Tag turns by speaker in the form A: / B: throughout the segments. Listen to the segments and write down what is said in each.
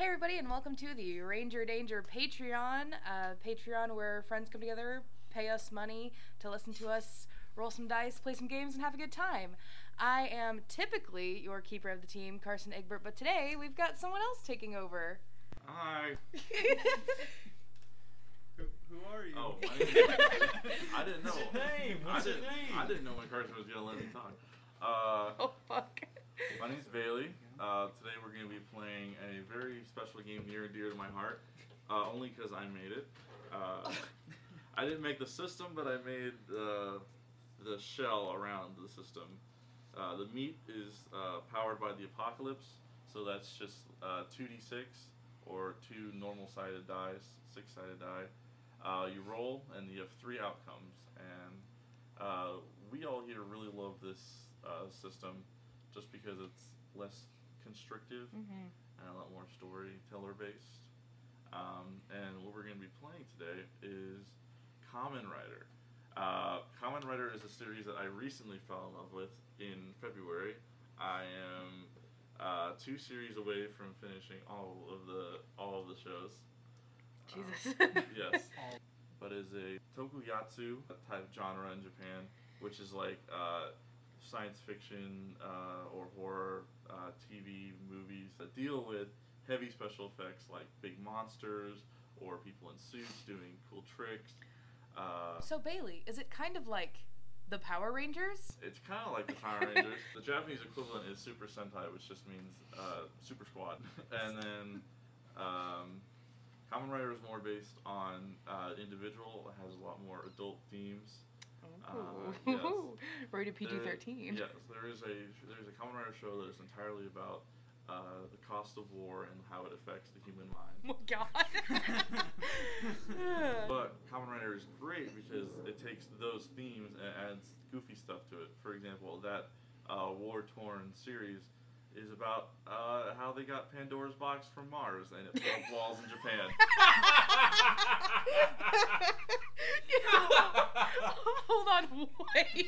A: everybody, and welcome to the Ranger Danger Patreon. Uh, Patreon, where friends come together, pay us money to listen to us roll some dice, play some games, and have a good time. I am typically your keeper of the team, Carson Egbert, but today we've got someone else taking over.
B: Hi.
C: Who, who are you?
B: Oh, my name- I didn't know.
C: What's your name?
B: I
C: What's your
B: didn't,
C: name?
B: I didn't know when Carson was gonna let me talk. Uh,
A: oh, fuck.
B: my name's Bailey. Uh, today we're gonna be playing a very special game near and dear to my heart, uh, only because I made it. Uh, I didn't make the system, but I made uh, the shell around the system. Uh, the meat is uh, powered by the apocalypse, so that's just uh, 2d6 or two normal sided dice, six sided die. Uh, you roll, and you have three outcomes. And uh, we all here really love this uh, system just because it's less constrictive and a lot more storyteller based. Um, and what we're going to be playing today is Common Rider. Uh, Common Rider is a series that I recently fell in love with in February. I am uh, two series away from finishing all of the all of the shows. Um,
A: Jesus.
B: yes. But is a tokusatsu type genre in Japan, which is like uh, science fiction uh, or horror uh, TV movies that deal with heavy special effects like big monsters or people in suits doing cool tricks. Uh,
A: So, Bailey, is it kind of like the Power Rangers?
B: it's kind of like the Power Rangers. the Japanese equivalent is Super Sentai, which just means uh, Super Squad. and then um, Kamen Rider is more based on uh, individual. It has a lot more adult themes. Uh, yes.
A: Rated PG
B: There-
A: 13.
B: Yes, there is a there's a Kamen Rider show that is entirely about uh, the cost of war and how it affects the human mind.
A: Oh, God.
B: But Kamen Rider is great because it takes those themes and adds goofy stuff to it. For example, that uh, war torn series is about uh, how they got Pandora's box from Mars and it blew up walls in Japan.
A: Hold on, wait.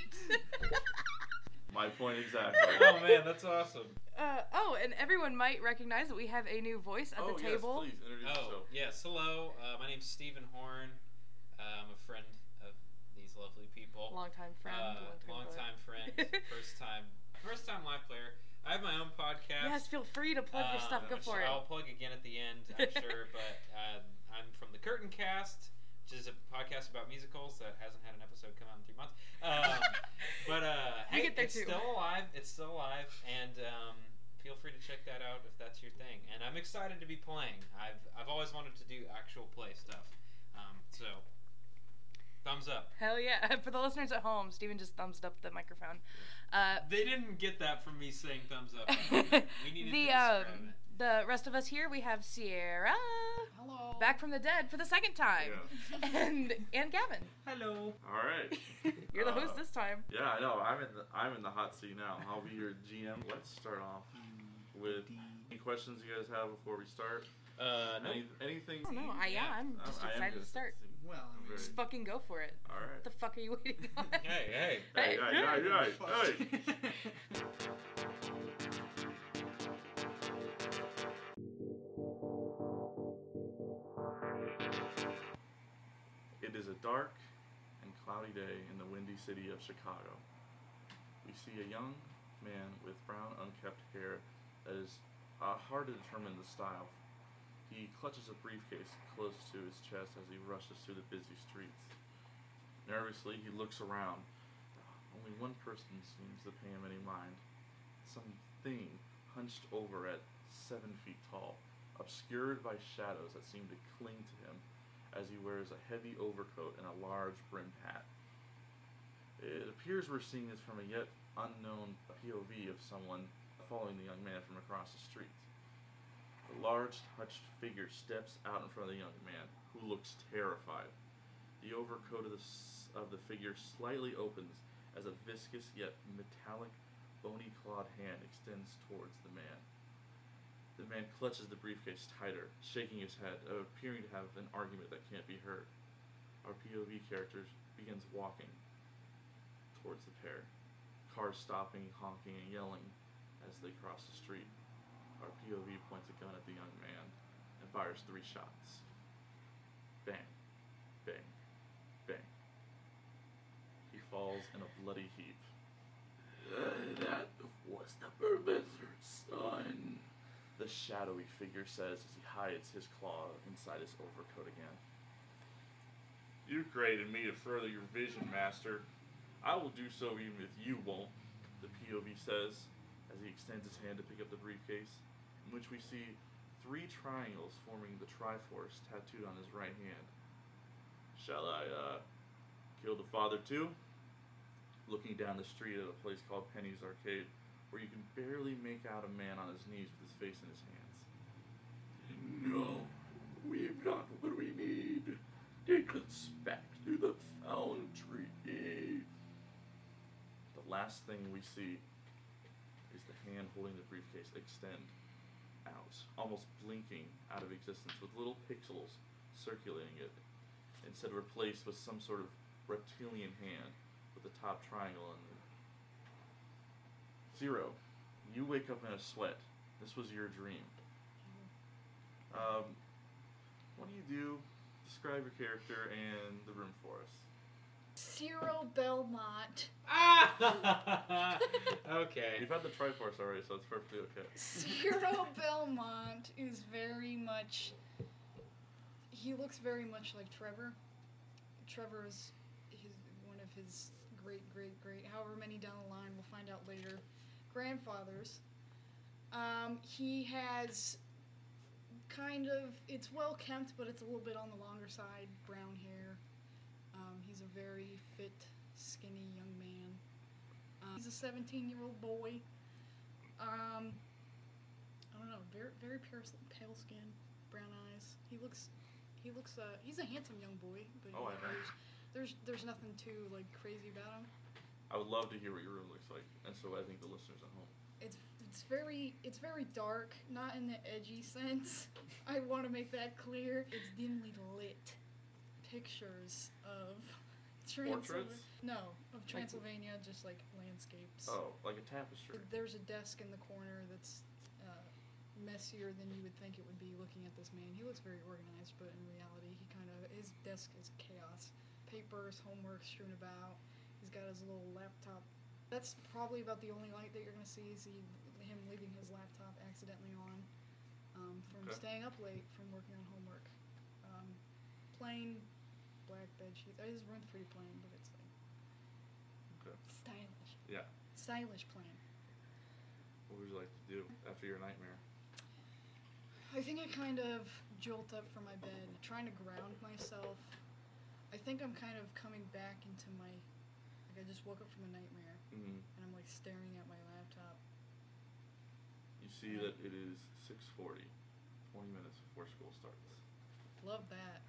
B: My point exactly.
C: oh man, that's awesome.
A: uh, oh, and everyone might recognize that we have a new voice at
B: oh,
A: the table.
B: Yes, please introduce
D: Oh, yes. Hello. Uh, my name's Stephen Horn. Uh, I'm a friend of these lovely people.
A: Long time friend.
D: uh,
A: long time
D: time friend. first time. First time live player. I have my own podcast.
A: Yes, feel free to plug your
D: um,
A: stuff. Go
D: which
A: for it.
D: I'll plug again at the end, I'm sure. But um, I'm from the Curtain Cast, which is a podcast about musicals that hasn't had an episode come out in three months. Um, but uh,
A: You
D: hey,
A: get there
D: it's
A: too.
D: still alive. It's still alive, and um, feel free to check that out if that's your thing. And I'm excited to be playing. I've I've always wanted to do actual play stuff. Um, so thumbs up.
A: Hell yeah. For the listeners at home, Steven just thumbs up the microphone. Uh,
D: They didn't get that from me saying thumbs up. We needed to
A: the
D: describe
A: um,
D: it.
A: the rest of us here, we have Sierra
E: Hello.
A: back from the dead for the second time, and and Gavin.
D: Hello.
B: All right.
A: You're the
B: Uh,
A: host this time.
B: Yeah, I know. I'm in the I'm in the hot seat now. I'll be your GM. Let's start off with any questions you guys have before we start.
D: Uh, no.
B: Any, anything?
A: I don't know. I yeah,
D: yeah.
A: I'm
B: I-
A: just
B: I am
A: excited
B: gonna
A: to start.
E: Well, I mean,
A: Just fucking go for it.
B: All right.
A: What the fuck are you waiting on?
D: Hey, hey.
B: Hey, hey, hey, hey, hey. It is a dark and cloudy day in the windy city of Chicago. We see a young man with brown, unkept hair that is uh, hard to determine the style. He clutches a briefcase close to his chest as he rushes through the busy streets. Nervously, he looks around. Only one person seems to pay him any mind. Some thing hunched over at seven feet tall, obscured by shadows that seem to cling to him as he wears a heavy overcoat and a large brimmed hat. It appears we're seeing this from a yet unknown POV of someone following the young man from across the street. A large, touched figure steps out in front of the young man, who looks terrified. The overcoat of the, s- of the figure slightly opens as a viscous yet metallic, bony clawed hand extends towards the man. The man clutches the briefcase tighter, shaking his head, uh, appearing to have an argument that can't be heard. Our POV character begins walking towards the pair, cars stopping, honking, and yelling as they cross the street. Our POV points a gun at the young man. fires three shots. Bang, bang, bang. He falls in a bloody heap. That was the professor's son. The shadowy figure says as he hides his claw inside his overcoat again. You created me to further your vision, Master. I will do so even if you won't, the POV says as he extends his hand to pick up the briefcase, in which we see three triangles forming the Triforce tattooed on his right hand. Shall I, uh, kill the father too? Looking down the street at a place called Penny's Arcade, where you can barely make out a man on his knees with his face in his hands. No, we've got what we need. Take us back to the foundry. The last thing we see is the hand holding the briefcase extend out, almost blinking out of existence with little pixels circulating it, instead replaced with some sort of reptilian hand with the top triangle on it. Zero, you wake up in a sweat. This was your dream. Um, what do you do? Describe your character and the room for us.
E: Cyril Belmont.
D: Ah! okay.
B: You've had the Triforce already, so it's perfectly okay.
E: Cyril Belmont is very much. He looks very much like Trevor. Trevor is his, one of his great, great, great, however many down the line, we'll find out later, grandfathers. Um, he has kind of. It's well kempt, but it's a little bit on the longer side, brown hair. Um, he's a very fit, skinny young man. Um, he's a 17 year old boy. Um, I don't know. Very, very pale, pale skin, brown eyes. He looks, he looks. Uh, he's a handsome young boy. But
B: Oh, I know.
E: there's, there's, there's nothing too like crazy about him.
B: I would love to hear what your room looks like, and so I think the listeners at home.
E: It's, it's very, it's very dark. Not in the edgy sense. I want to make that clear. It's dimly lit. Pictures of. Transylvania.
B: Portraits?
E: No, of Transylvania, just like landscapes.
B: Oh, like a tapestry.
E: There's a desk in the corner that's uh, messier than you would think it would be looking at this man. He looks very organized, but in reality, he kind of his desk is chaos. Papers, homework strewn about. He's got his little laptop. That's probably about the only light that you're gonna see is he, him leaving his laptop accidentally on um, from
B: Okay.
E: staying up late from working on homework. Um, plain black bed sheet. His room's pretty plain, but it's like
B: Okay.
E: stylish.
B: Yeah.
E: Stylish plain.
B: What would you like to do after your nightmare?
E: I think I kind of jolt up from my bed, trying to ground myself. I think I'm kind of coming back into my. Like, I just woke up from a nightmare,
B: Mm.
E: and I'm like staring at my laptop.
B: You see that it is 6:40, 20 minutes before school starts.
E: Love that.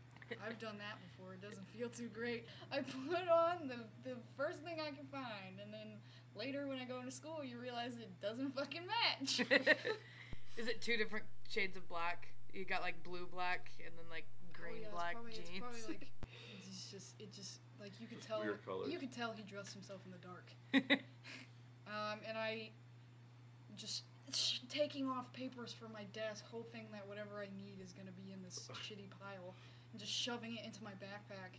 E: I've done that before. It doesn't feel too great. I put on the, the first thing I can find, and then later when I go into school, you realize it doesn't fucking match.
F: Is it two different shades of black? You got like blue black and then like green
E: Oh, yeah, it's
F: black
E: probably-
F: jeans.
E: It's probably like it's just it just like you could
B: Just
E: tell
B: weird colours.
E: you could tell he dressed himself in the dark. Um, and I just taking off papers from my desk, hoping that whatever I need is going to be in this shitty pile, and just shoving it into my backpack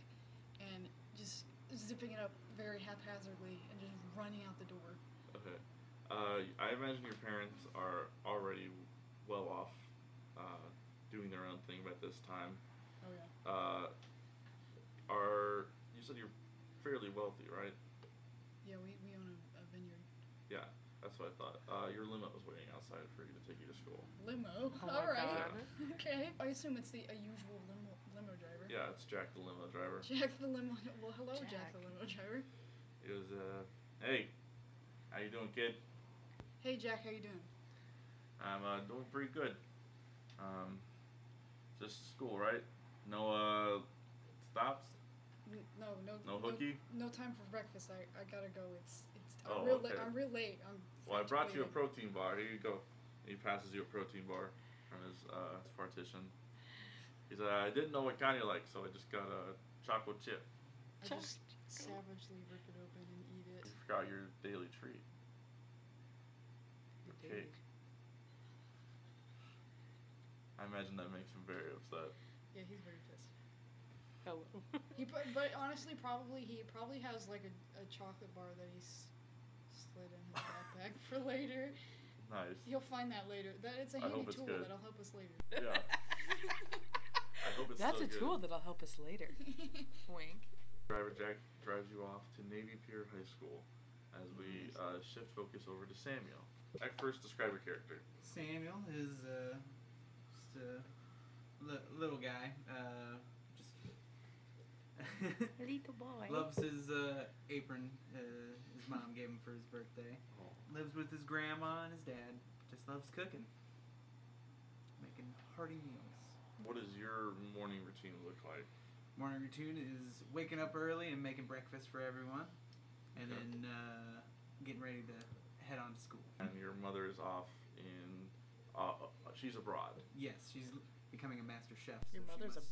E: and just zipping it up very haphazardly and just running out the door.
B: Okay. Uh, I imagine your parents are already well off, uh, doing their own thing by this time.
E: Oh, yeah.
B: Uh, are you said you're fairly wealthy, right?
E: Yeah, we, we own a, a vineyard.
B: Yeah, that's what I thought. Uh, your limo was waiting outside for you to take you to school.
E: Limo.
F: Oh my
E: All right.
F: God.
E: Okay. I assume it's the a usual limo, limo driver.
B: Yeah, it's Jack the limo driver.
E: Jack the limo. Well, hello,
F: Jack.
E: Jack, the limo driver.
B: It was uh, hey, how you doing, kid?
E: Hey, Jack, how you doing?
B: I'm uh, doing pretty good. Um, just school, right? No uh, stops.
E: N- No, no,
B: No hooky?
E: No, time for breakfast. I, I gotta go. It's it's. I'm
B: Oh,
E: real late.
B: okay.
E: I'm real late. I'm.
B: Well, I
E: French
B: brought you a
E: waiting.
B: protein bar. Here you go. He passes you a protein bar from his uh, his partition. He said, I didn't know what kind you like, so I just got a chocolate chip.
E: I just savagely rip it open and eat it.
B: You forgot your daily treat. Your cake. I imagine that makes him very upset.
E: Yeah, he's very pissed.
F: Oh.
E: He, but, but honestly, probably he probably has like a, a chocolate bar that he's slid in his backpack for later.
B: Nice.
E: You'll find that later. That it's a
B: I
E: handy
B: hope it's
E: tool
B: good.
E: that'll help us later.
B: Yeah. I hope it's
F: That's
B: still
F: a
B: good.
F: tool that'll help us later. Wink.
B: Driver Jack drives you off to Navy Pier High School as we uh, shift focus over to Samuel. At first, describe your character.
G: Samuel is uh, just a li- little guy. Uh, just
H: Little boy.
G: loves his uh, apron uh, his mom gave him for his birthday.
B: Oh.
G: Lives with his grandma and his dad. Just loves cooking, making hearty meals.
B: What does your morning routine look like?
G: Morning routine is waking up early and making breakfast for everyone, and
B: Okay.
G: then uh, getting ready to head on to school.
B: And your mother is off in. Uh, uh, she's abroad.
G: Yes, she's l- becoming a master chef.
F: Your
G: so she
F: mother's
G: must-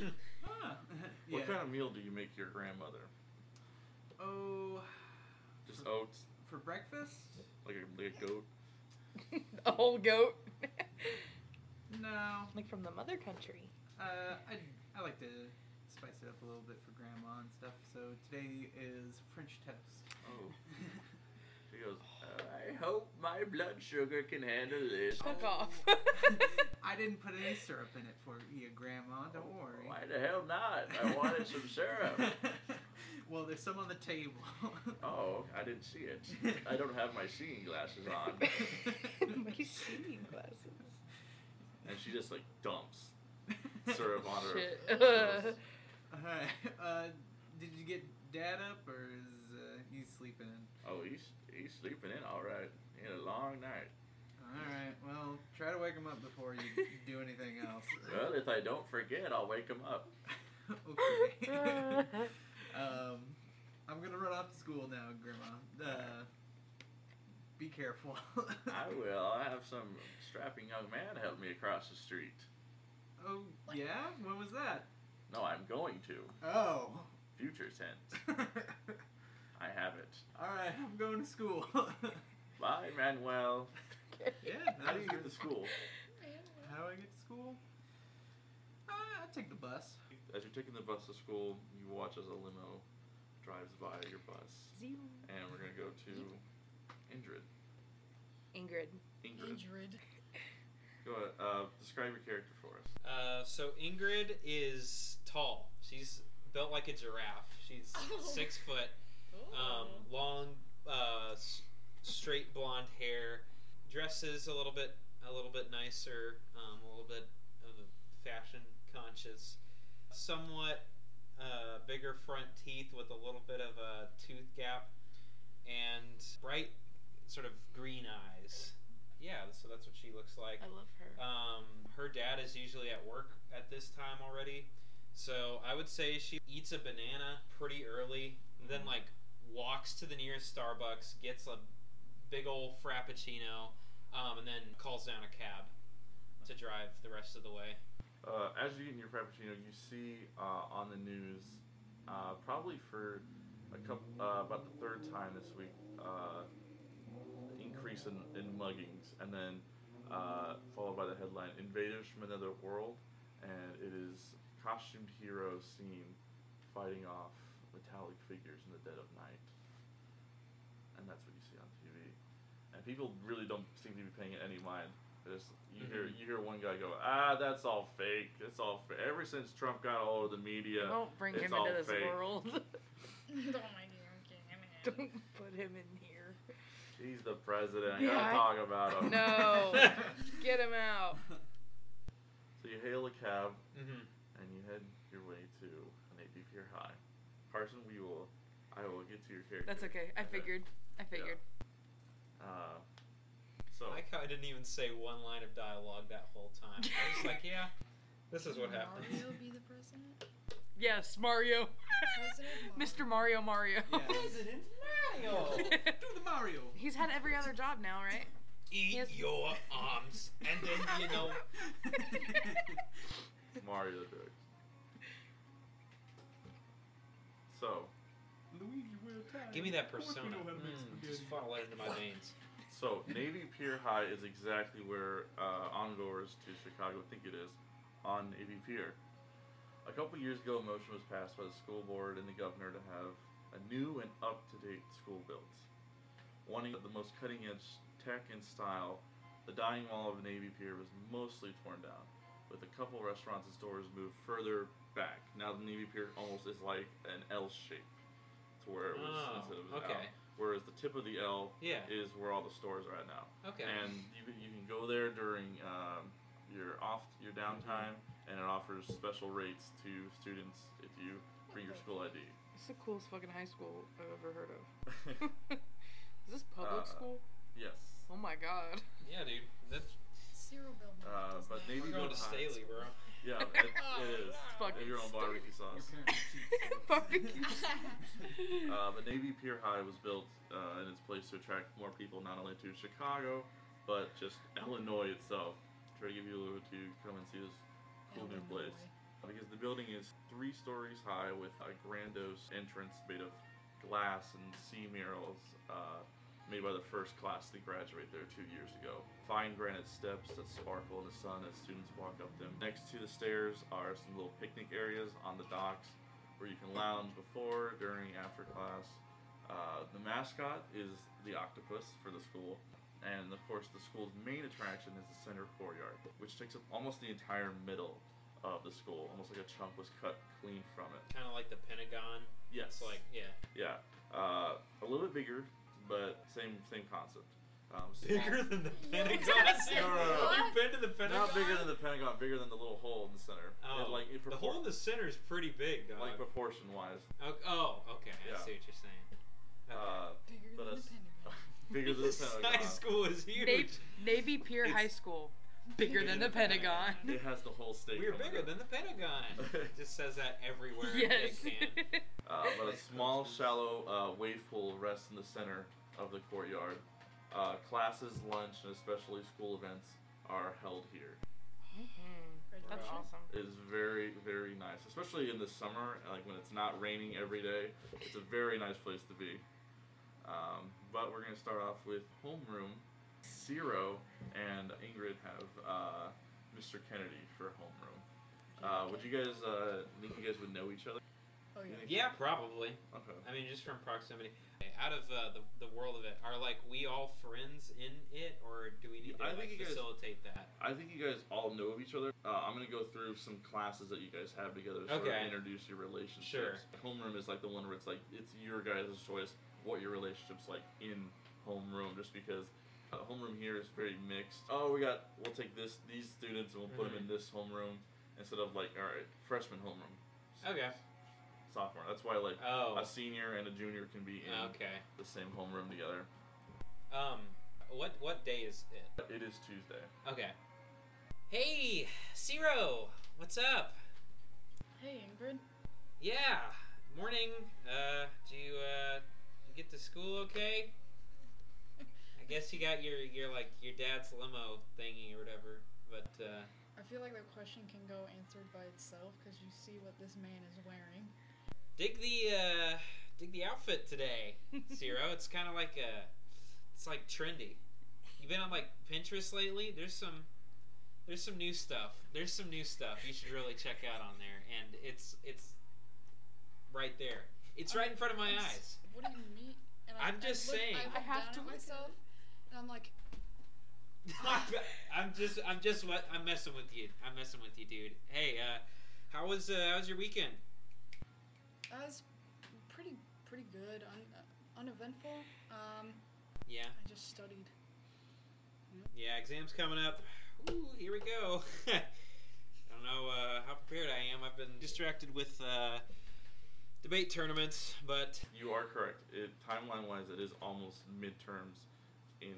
F: abroad.
G: Ah,
B: What
G: yeah.
B: kind of meal do you make your grandmother?
G: Oh,
B: Just oats,
G: for breakfast?
B: like a, like a goat.
F: a whole goat.
G: No.
F: like from the mother country.
G: Uh, I, I like to spice it up a little bit for grandma and stuff. So today is French toast.
B: Oh. She goes. uh, I hope my blood sugar can handle this.
F: Fuck
G: Oh.
F: off.
G: I didn't put any syrup in it for you, grandma. Don't worry.
B: Why the hell not? Oh, I wanted some syrup.
G: well, there's some on the table.
B: Oh, I didn't see it. I don't have my seeing glasses on.
F: My seeing glasses.
B: And she just like dumps syrup on her.
F: Shit.
B: Gross.
G: Alright. Uh, did you get dad up or is uh, he sleeping?
B: Oh, he's he's sleeping in all right. He had a long night.
G: Alright, well, try to wake him up before you do anything else.
B: Well, if I don't forget, I'll wake him up.
G: okay. um, I'm gonna run off to school now, Grandma. Uh, be careful.
B: I will. I have some strapping young man help me across the street.
G: Oh yeah, when was that?
B: No, I'm going to.
G: Oh.
B: Future tense.
G: All
B: I have it.
G: right, I'm going to school.
B: Bye, Manuel.
G: yeah.
B: How do you get to school?
G: How do I get to school? Uh, I take the bus.
B: As you're taking the bus to school, you watch as a limo drives by your bus,
H: Zero.
B: and we're gonna go to Ingrid.
F: Ingrid.
B: Ingrid,
E: Ingrid.
B: go ahead. Uh, describe your character for us.
D: Uh, so Ingrid is tall. She's built like a giraffe. She's
E: Oh.
D: six foot, um, long, uh, s- straight blonde hair. Dresses a little bit, a little bit nicer, um, a little bit of a fashion conscious. Somewhat uh, bigger front teeth with a little bit of a tooth gap, and bright, sort of green eyes. Yeah, so that's what she looks like.
F: I love her.
D: Um, her dad is usually at work at this time already, so I would say she eats a banana pretty early, and then like walks to the nearest Starbucks, gets a big old frappuccino, um, and then calls down a cab to drive the rest of the way.
B: Uh, as you're eating your frappuccino, you see uh, on the news, uh, probably for a couple, uh, about the third time this week, uh, increase in, in muggings, and then uh, followed by the headline "Invaders from Another World," and it is costumed heroes seen fighting off metallic figures in the dead of night, and that's what you see on TV. And people really don't seem to be paying it any mind. There's, you hear you hear one guy go, ah, that's all fake. It's all fake. Ever since Trump got all of the media,
F: Don't bring
B: it's
F: him
B: all
F: into this
B: fake.
F: world.
E: Don't mind you. I'm kidding. I'm an
F: Don't put him in here.
B: he's the president. I
F: Yeah,
B: gotta
F: I-
B: talk about him.
F: No. Get him out.
B: So you hail a cab
D: Mm-hmm.
B: and you head your way to an AP Pier High. Carson, we will, I will get to your character.
F: That's okay. I
B: Okay.
F: figured. I figured.
B: Uh, so
D: I kind of didn't even say one line of dialogue that whole time. I was like, yeah, this is what
E: Mario
D: happens.
E: be the president?
F: Yes, Mario.
E: President
F: Mr. Mario Mario.
G: Yeah.
D: President Mario,
G: Do the Mario.
F: He's had every other job now, right?
D: eat
F: Yes.
D: your arms, and then you know.
B: Mario directs. So
G: Luigi will tie.
D: Give me that
G: Of course we
D: persona.
G: know how to make
D: Mm,
G: spaghetti.
D: Hmm, just funnel it into my veins.
B: So Navy Pier High is exactly where uh, ongoers to Chicago think it is, on Navy Pier. A couple years ago, a motion was passed by the school board and the governor to have a new and up-to-date school built, wanting the most cutting-edge tech and style. The dining wall of Navy Pier was mostly torn down, with a couple restaurants and stores moved further back. Now the Navy Pier almost is like an L shape, to where it was instead of
D: Oh,
B: an L.
D: okay.
B: Whereas the tip of the L
D: Yeah.
B: is where all the stores are at now.
D: Okay.
B: And you can, you can go there during um, your off your downtime, and it offers special rates to students if you bring your school ID.
F: It's the coolest fucking high school I've ever heard of. is this public
B: Uh,
F: school?
B: yes.
F: Oh my god.
D: yeah, dude. That's,
E: Cyril Belmont.
B: Uh,
E: is
B: but
E: not-
B: maybe
D: we're going to
B: Belmont.
D: Staley, bro.
B: Yeah, it, it
F: It's
B: is. They
F: fucking
B: have your own barbecue sauce.
F: Barbecue
B: Uh, but Navy Pier High was built uh, in its place to attract more people, not only to Chicago, but just Illinois itself. Try to get people to come and see this cool new place. Because the building is three stories high with a grandiose entrance made of glass and sea murals uh, made by the first class to graduate there two years ago. Fine granite steps that sparkle in the sun as students walk up them. Next to the stairs are some little picnic areas on the docks where you can lounge before, during, after class. Uh, the mascot is the octopus for the school. And of course, the school's main attraction is the center courtyard, which takes up almost the entire middle of the school, almost like a chunk was cut clean from it.
D: Kind of like the Pentagon.
B: Yes,
D: It's like, yeah.
B: yeah, uh, a little bit bigger, but same same concept. Um,
D: Bigger than the
E: Yeah.
D: Pentagon. Cyril.
B: No, no, no.
D: You've been to the
B: small-
D: Pentagon.
B: Not bigger than the Pentagon, bigger than the little hole in the center.
D: Oh,
B: It, like it
D: the
B: propor-
D: hole in the center is pretty big, dog.
B: like proportion wise,
D: Oh, oh, okay. I
B: Yeah.
D: see what you're saying. Okay.
B: uh,
E: Bigger
B: but
E: than the
B: it's-
E: Pentagon.
B: bigger than the
D: This
B: Pentagon.
D: High school is huge.
F: Navy, Navy Pier
D: It's-
F: High School. Bigger than the Pentagon.
B: It has the whole state.
D: We're
B: coming
D: bigger
B: up.
D: than the Pentagon. It Just says that everywhere
F: Yes.
D: they can.
B: Uh, but a small, shallow uh, wave pool rests in the center of the courtyard. Uh, classes, lunch, and especially school events are held here.
F: Mm-hmm. That's
D: Wow.
F: awesome.
B: is very very nice, especially in the summer, like when it's not raining every day. It's a very nice place to be. Um, but we're gonna start off with homeroom. Ciro and Ingrid have uh, Mr. Kennedy for homeroom. Uh, would you guys uh, think you guys would know each other?
E: Oh yeah.
D: Yeah, probably.
B: Okay.
D: I mean, just from proximity. Okay, Out of uh, the, the world of it, are like we all friends in it, or do we need to
B: I
D: like,
B: think you guys-
D: facilitate that?
B: I think you guys all know of each other. Uh, I'm gonna go through some classes that you guys have together to sort
D: Okay.
B: of introduce your relationships.
D: Sure.
B: Homeroom is like the one where it's like it's your guys' choice what your relationship's like in homeroom, just because uh, homeroom here is very mixed. Oh, we got we'll take this these students and we'll put
D: Mm-hmm.
B: them in this homeroom instead of like all right freshman homeroom.
D: Okay.
B: Sophomore. That's why like
D: Oh.
B: a senior and a junior can be in
D: Okay.
B: the same homeroom together.
D: Um, what what day is it?
B: It is Tuesday.
D: Okay. Hey, Zero, what's up?
E: Hey Ingrid.
D: Yeah, morning. Uh, do you uh you get to school okay? I guess you got your your like your dad's limo thingy or whatever, but uh,
E: I feel like that question can go answered by itself because you see what this man is wearing.
D: dig the uh dig the outfit today. Zero. It's kind of like a, it's like trendy. You've been on like Pinterest lately. There's some, there's some new stuff. There's some new stuff you should really check out on there, and it's it's, right there. It's right in front of my
E: I'm s-
D: eyes.
E: What do you mean? And
D: I'm just
E: look-
D: saying.
E: I, look
F: I have
E: down
F: to
E: at
F: look at
E: myself, and I'm like,
D: I'm just I'm just what I'm messing with you. I'm messing with you, dude. Hey, uh, how was uh, how was your weekend?
E: that was pretty pretty good, un, uh, uneventful. Um,
D: Yeah,
E: I just studied.
D: yeah. Exams coming up. Ooh, here we go. I don't know uh, how prepared I am. I've been distracted with uh, debate tournaments, but
B: You are correct. It, timeline wise, it is almost midterms. In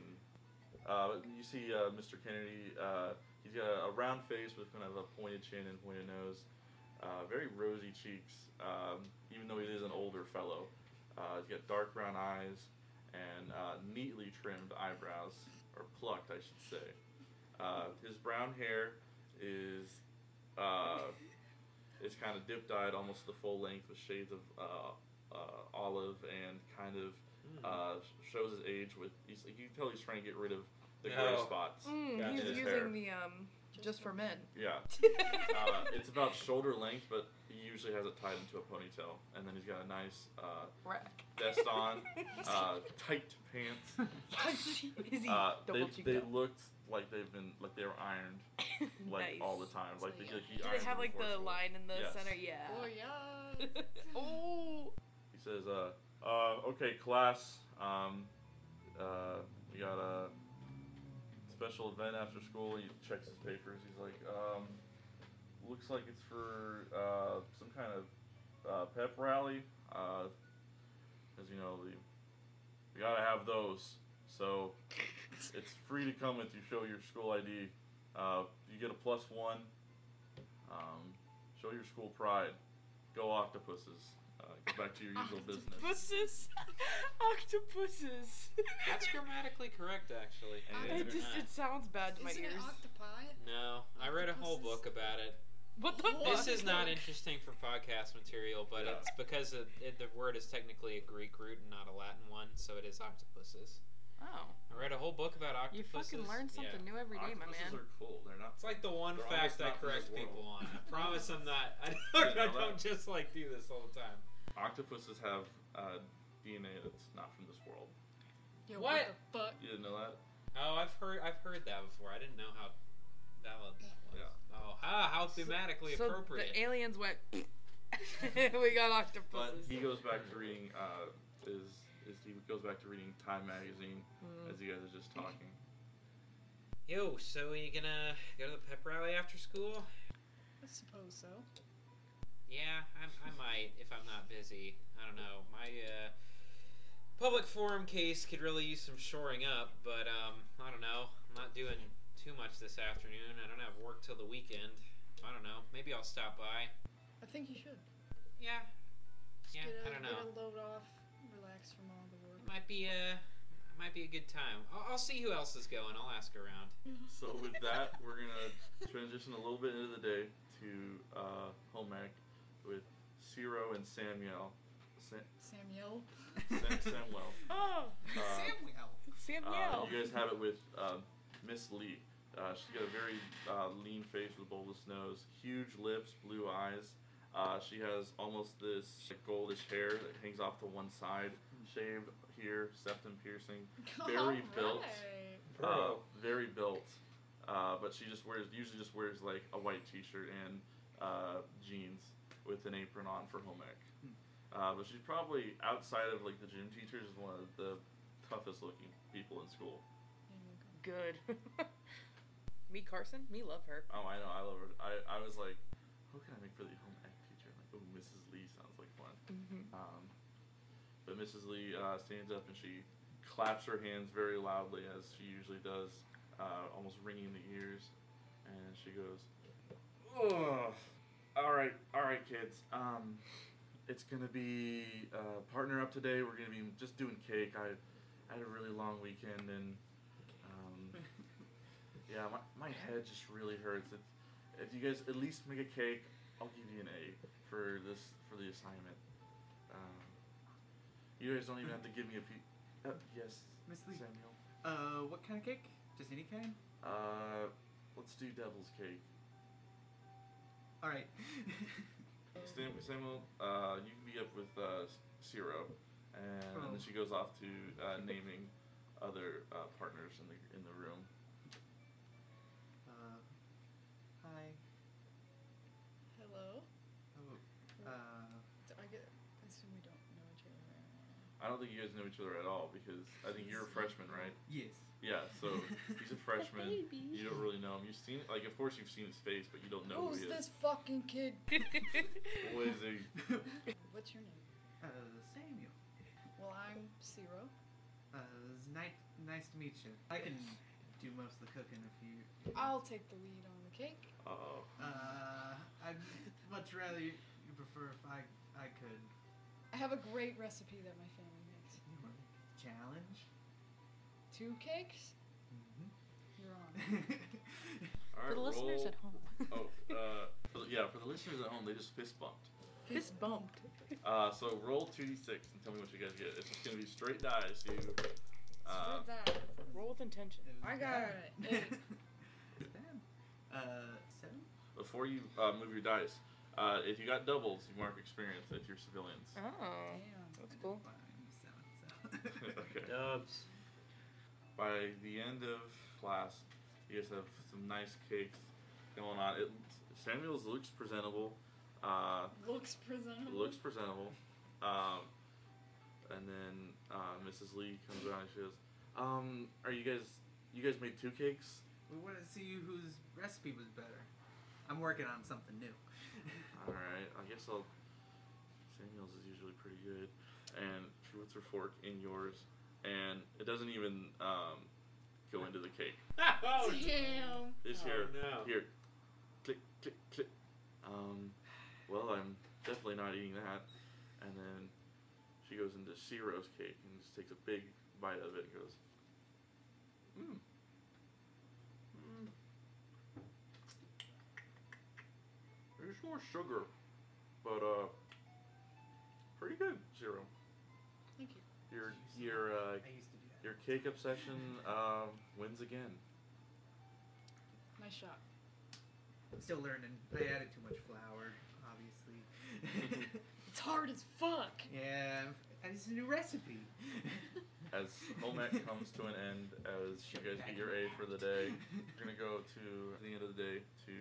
B: uh, you see uh, Mr. Kennedy. Uh, he's got a, a round face with kind of a pointed chin and pointed nose, uh, very rosy cheeks. Um, even though he is an older fellow, uh, he's got dark brown eyes and uh, neatly trimmed eyebrows, or plucked, I should say. Uh, his brown hair is. Uh, is kind of dip dyed almost the full length with shades of uh, uh, olive and kind of
D: hmm,
B: uh, shows his age with he's, you can tell he's trying to get rid of the gray
C: No.
B: spots.
F: Mm,
C: Gotcha.
F: He's
B: Just
F: using
B: hair.
F: the um, just for men.
B: Yeah, uh, it's about shoulder length, but he usually has it tied into a ponytail, and then he's got a nice uh,
F: Rack.
B: vest on, uh, tight pants.
F: Is he
B: Uh,
F: double
B: they
F: cheeked
B: they
F: up?
B: looked like they've been like they were ironed like
F: nice.
B: all the time. Like
E: So,
B: they,
E: yeah.
B: like, he
F: Do
B: ironed
F: they have
B: them
F: like the
B: forcefully.
F: line in the
B: Yes.
F: center? Yeah.
E: Oh yeah.
F: Oh.
B: He says, uh, uh, okay, class, um, uh, we got a special event after school. He checks his papers. He's like, um, looks like it's for uh, some kind of uh, pep rally. Uh, as you know, the, we gotta have those. So it's free to come if you show your school ID. Uh, you get a plus one. Um, show your school pride. Go octopuses. Uh, go back to your usual business.
F: Octopuses. Octopuses.
D: That's grammatically correct, actually.
E: I
F: It
D: believe or
F: just
D: not.
F: it sounds bad to my
E: Isn't it
F: ears.
E: octopi?
D: no, I read a whole book
E: Octopuses?
D: about it.
F: What the
E: This
F: fuck?
D: This is not interesting for podcast material, but
B: Yeah.
D: it's because of, it, the word is technically a Greek root and not a Latin one, so it is octopuses.
F: Oh,
D: I read a whole book about
F: you
D: octopuses.
F: fucking learn
D: Yeah.
F: something new every day, my
B: Octopuses
F: man.
B: are cool. They're not.
D: It's like the one
B: They're
D: fact
B: almost
D: I
B: not from
D: correct
B: this world.
D: people on. I promise I'm not. I don't, I
B: Yeah, that-
D: don't just like do this all the time.
B: Octopuses have uh, DNA that's not from this world.
E: Yeah,
D: What?
E: the fuck?
B: You didn't know that?
D: Oh, I've heard I've heard that before. I didn't know how valid that was.
B: Yeah.
D: Oh, how, how thematically
F: so
D: appropriate.
F: the aliens went. we got octopuses.
B: But he goes back to reading. Uh, is is he goes back to reading Time magazine
F: Mm.
B: as you guys are just talking.
D: Yo, so are you gonna go to the pep rally after school?
E: I suppose so.
D: Yeah, I, I might if I'm not busy. I don't know. My uh, public forum case could really use some shoring up, but um, I don't know. I'm not doing too much this afternoon. I don't have work till the weekend. I don't know. Maybe I'll stop by.
E: I think you should.
D: Yeah,
E: Just
D: Yeah,
E: get a,
D: I don't know.
E: Get a load off, relax from all the work.
D: it might be a might be a good time. I'll, I'll see who else is going. I'll ask around.
B: So with that, we're gonna transition a little bit into the day to uh, home ec with Ciro and Samuel. Sam,
E: Samuel.
B: Sam, Samuel.
F: Oh,
B: Uh,
G: Samuel.
F: Samuel.
B: Uh, you guys have it with uh, Miss Lee. Uh, she's got a very uh, lean face with a bulbous nose, huge lips, blue eyes. Uh, she has almost this goldish hair that hangs off to one side, shaved here, septum piercing. Very built. Uh,
E: Alright.
C: Bro.
B: very built, uh, but she just wears usually just wears like a white T-shirt and uh, jeans with an apron on for home ec. Uh, but she's probably outside of like the gym teachers is one of the toughest looking people in school.
F: Good. me Carson. Me love her.
B: Oh, I know. I love her. I, I was like, who can I make for the home ec teacher? I'm like, oh, Mrs. Lee sounds like fun. Um, but Mrs. Lee uh, stands up and she claps her hands very loudly as she usually does, uh, almost ringing the ears. And she goes, Ugh. "All right, all right, kids. Um, it's gonna be uh, partner up today. We're gonna be just doing cake. I, I had a really long weekend and um, yeah, my, my head just really hurts. If, if you guys at least make a cake, I'll give you an A for this for the assignment. Um, you guys don't even have to give me a P. Uh, yes,
G: Miss Lee.
B: Samuel.
G: Uh, what kind of cake? Just any kind?
B: Uh, let's do devil's cake.
G: All right.
B: Sam, Samuel, uh, you can be up with uh, Ciro, and, then
G: Oh.
B: she goes off to uh, naming other uh, partners in the in the room.
G: uh, hi.
E: Hello.
G: Oh, uh,
E: Do I get. I assume we don't know each other. right?
B: I don't think you guys know each other at all because I think you're a freshman, right?
G: yes.
B: Yeah, so he's a freshman. You don't really know him. You've seen, like, of course you've seen his face, but you don't
F: Oh,
B: know
E: Who's
B: who he
E: this fucking kid?
B: is. What is he?
E: What's your name?
G: uh, Samuel.
E: Well, I'm Zero.
G: Uh, it's ni- nice to meet you. I can do most of the cooking if you.
E: I'll take the lead on the cake.
B: Uh-oh.
G: Uh, I'd much rather you, you prefer if I I could
E: I have a great recipe that my family makes.
G: you know, challenge.
E: Two cakes?
G: Mm-hmm.
E: You're on.
B: All right,
F: For the listeners
B: roll-
F: at
B: uh,
F: home.
B: Oh, uh, for the- yeah, for the listeners at home, they just fist bumped.
F: Fist bumped.
B: Uh, so roll 2d6 and tell me what you guys get. It's just gonna be straight dice, dude. Uh,
E: Screw that.
F: Roll with intention.
E: I got it. Eight.
G: Damn. Uh, seven?
B: before you uh, move your dice, uh, if you got doubles, you mark experience if you're civilians.
F: Oh,
E: Damn.
F: that's
G: I did
F: cool.
G: fine. Seven, seven.
B: okay.
D: Dubs.
B: By the end of class, you guys have some nice cakes going on. It, Samuel's looks presentable. Uh,
E: Looks presentable.
B: looks presentable. Um, and then uh, Mrs. Lee comes around and she goes, um, "Are you guys? You guys made two cakes?
G: We wanted to see whose recipe was better. I'm working on something new.
B: All right. I guess I'll." Samuel's is usually pretty good, and she puts her fork in yours, and it doesn't even um, go into the cake.
D: oh,
E: Damn.
B: It's
D: Oh,
B: here.
D: no.
B: Here. Click, click, click. Um, well, I'm definitely not eating that. And then she goes into Ciro's cake and just takes a big bite of it and goes, mmm. Mm. There's more sugar, but uh, pretty good, Ciro.
E: Thank you.
B: Your
G: Used to-
B: your uh,
G: I used to do that.
B: your cake obsession um, wins again.
E: Nice shot.
G: Still learning. I added too much flour, obviously.
E: It's hard as fuck.
G: yeah, and it's a new recipe.
B: As home ec comes to an end, as you guys get your A for the day, we're gonna go to the end of the day to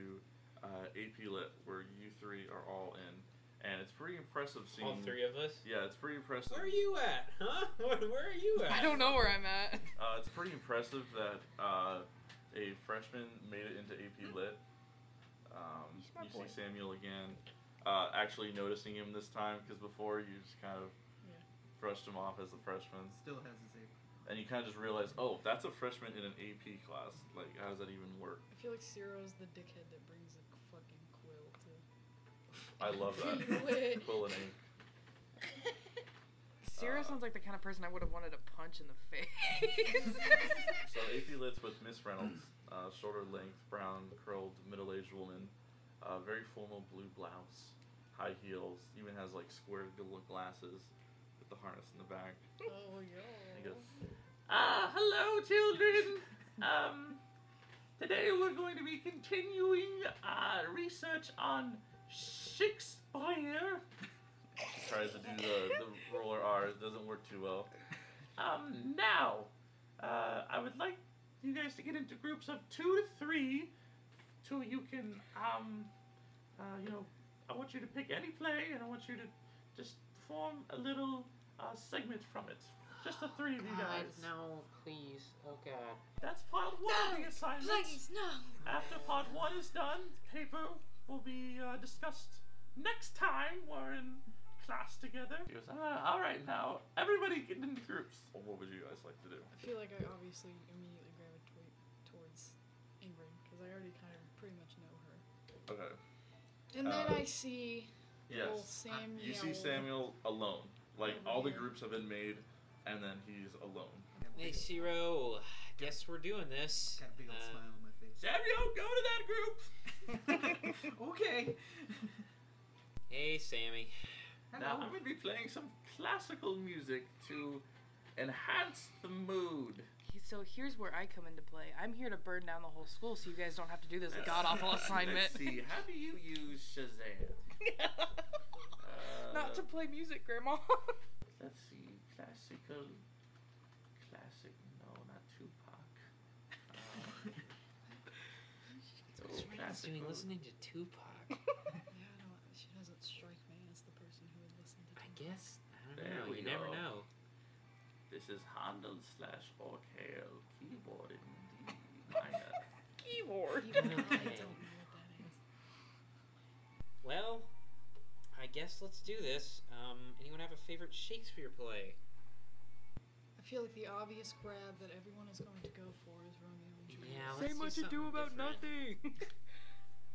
B: uh, AP Lit, where you three are all in, and it's pretty impressive seeing.
D: All three of us.
B: Yeah, it's pretty impressive.
D: Where are you at? Huh? Where where are you at?
F: I don't know where I'm at.
B: Uh, it's pretty impressive that uh, a freshman made it into AP Lit. Um,
F: Hmm. He's my
B: you
F: boy.
B: see Samuel again, uh, actually noticing him this time because before you just kind of
F: Yeah.
B: brushed him off as a freshman.
G: Still has his A.
B: and you kind of just realize, oh, that's a freshman in an AP class. Like, how does that even work?
E: I feel like Ciro's the dickhead that brings the fucking quill to.
B: I love that.
E: Wait.
B: Quill and ink.
F: Sarah
B: Uh,
F: sounds like the kind of person I would have wanted to punch in the face.
B: So AP Lit's with Miss Reynolds, uh, shoulder length, brown, curled, middle-aged woman, uh, very formal blue blouse, high heels, even has like squared little glasses with the harness in the back.
E: Oh
B: And
E: yo.
B: he goes, Ah, hello, children. Um, today we're going to be continuing uh, research on Shakespeare. Tries to do the, the roller R. It doesn't work too well. Um, now, uh, I would like you guys to get into groups of two to three, so you can, um, uh, you know, I want you to pick any play, and I want you to just form a little uh, segment from it. Just the three of you guys.
D: Uh,
H: no, please. Oh, God.
B: That's part one of the
E: No,
B: assignment.
E: Please no.
B: After part one is done, paper will be uh, discussed next time we're in class together. He goes, ah, all right now, everybody get into groups. What would you guys like to do?
E: I feel like I obviously immediately gravitate towards Ingrid because I already kind of pretty much know her.
B: Okay.
E: And
B: Uh,
E: then I see
B: Yes.
E: old Samuel.
B: You see Samuel alone. Like all the
E: Yeah.
B: groups have been made, and then he's alone.
D: Hey, Shiro. Guess we're doing this.
G: Got a big old
D: Uh,
G: smile on my face.
B: Samuel, go to that group.
G: okay.
D: Hey, Sammy.
B: Now
G: Hello.
B: I'm gonna be playing some classical music to enhance the mood.
F: so here's where I come into play. I'm here to burn down the whole school so you guys don't have to do this god awful
B: Let's
F: assignment.
B: see, how do you use Shazam?
F: Not to
B: Uh,
F: play music, Grandma.
B: Let's see, classical, classic. No, not Tupac.
D: What's
B: Oh,
D: Reynolds doing
B: classical.
D: listening to Tupac?
E: Yeah, I don't, she doesn't strike me as the person who would listen to.
D: I
E: Tupac.
D: guess. I don't
B: There
D: know.
B: we
D: You never
B: go.
D: know.
B: This is Handel slash Orcale keyboard in D minor.
F: Keyboard.
E: Even though I
D: Okay.
E: don't know what that is.
D: Well, I guess let's do this. Um, anyone have a favorite Shakespeare play?
E: I feel like the obvious grab that everyone is going to go for is Romeo and Juliet.
D: Yeah, let's do something different.
F: nothing.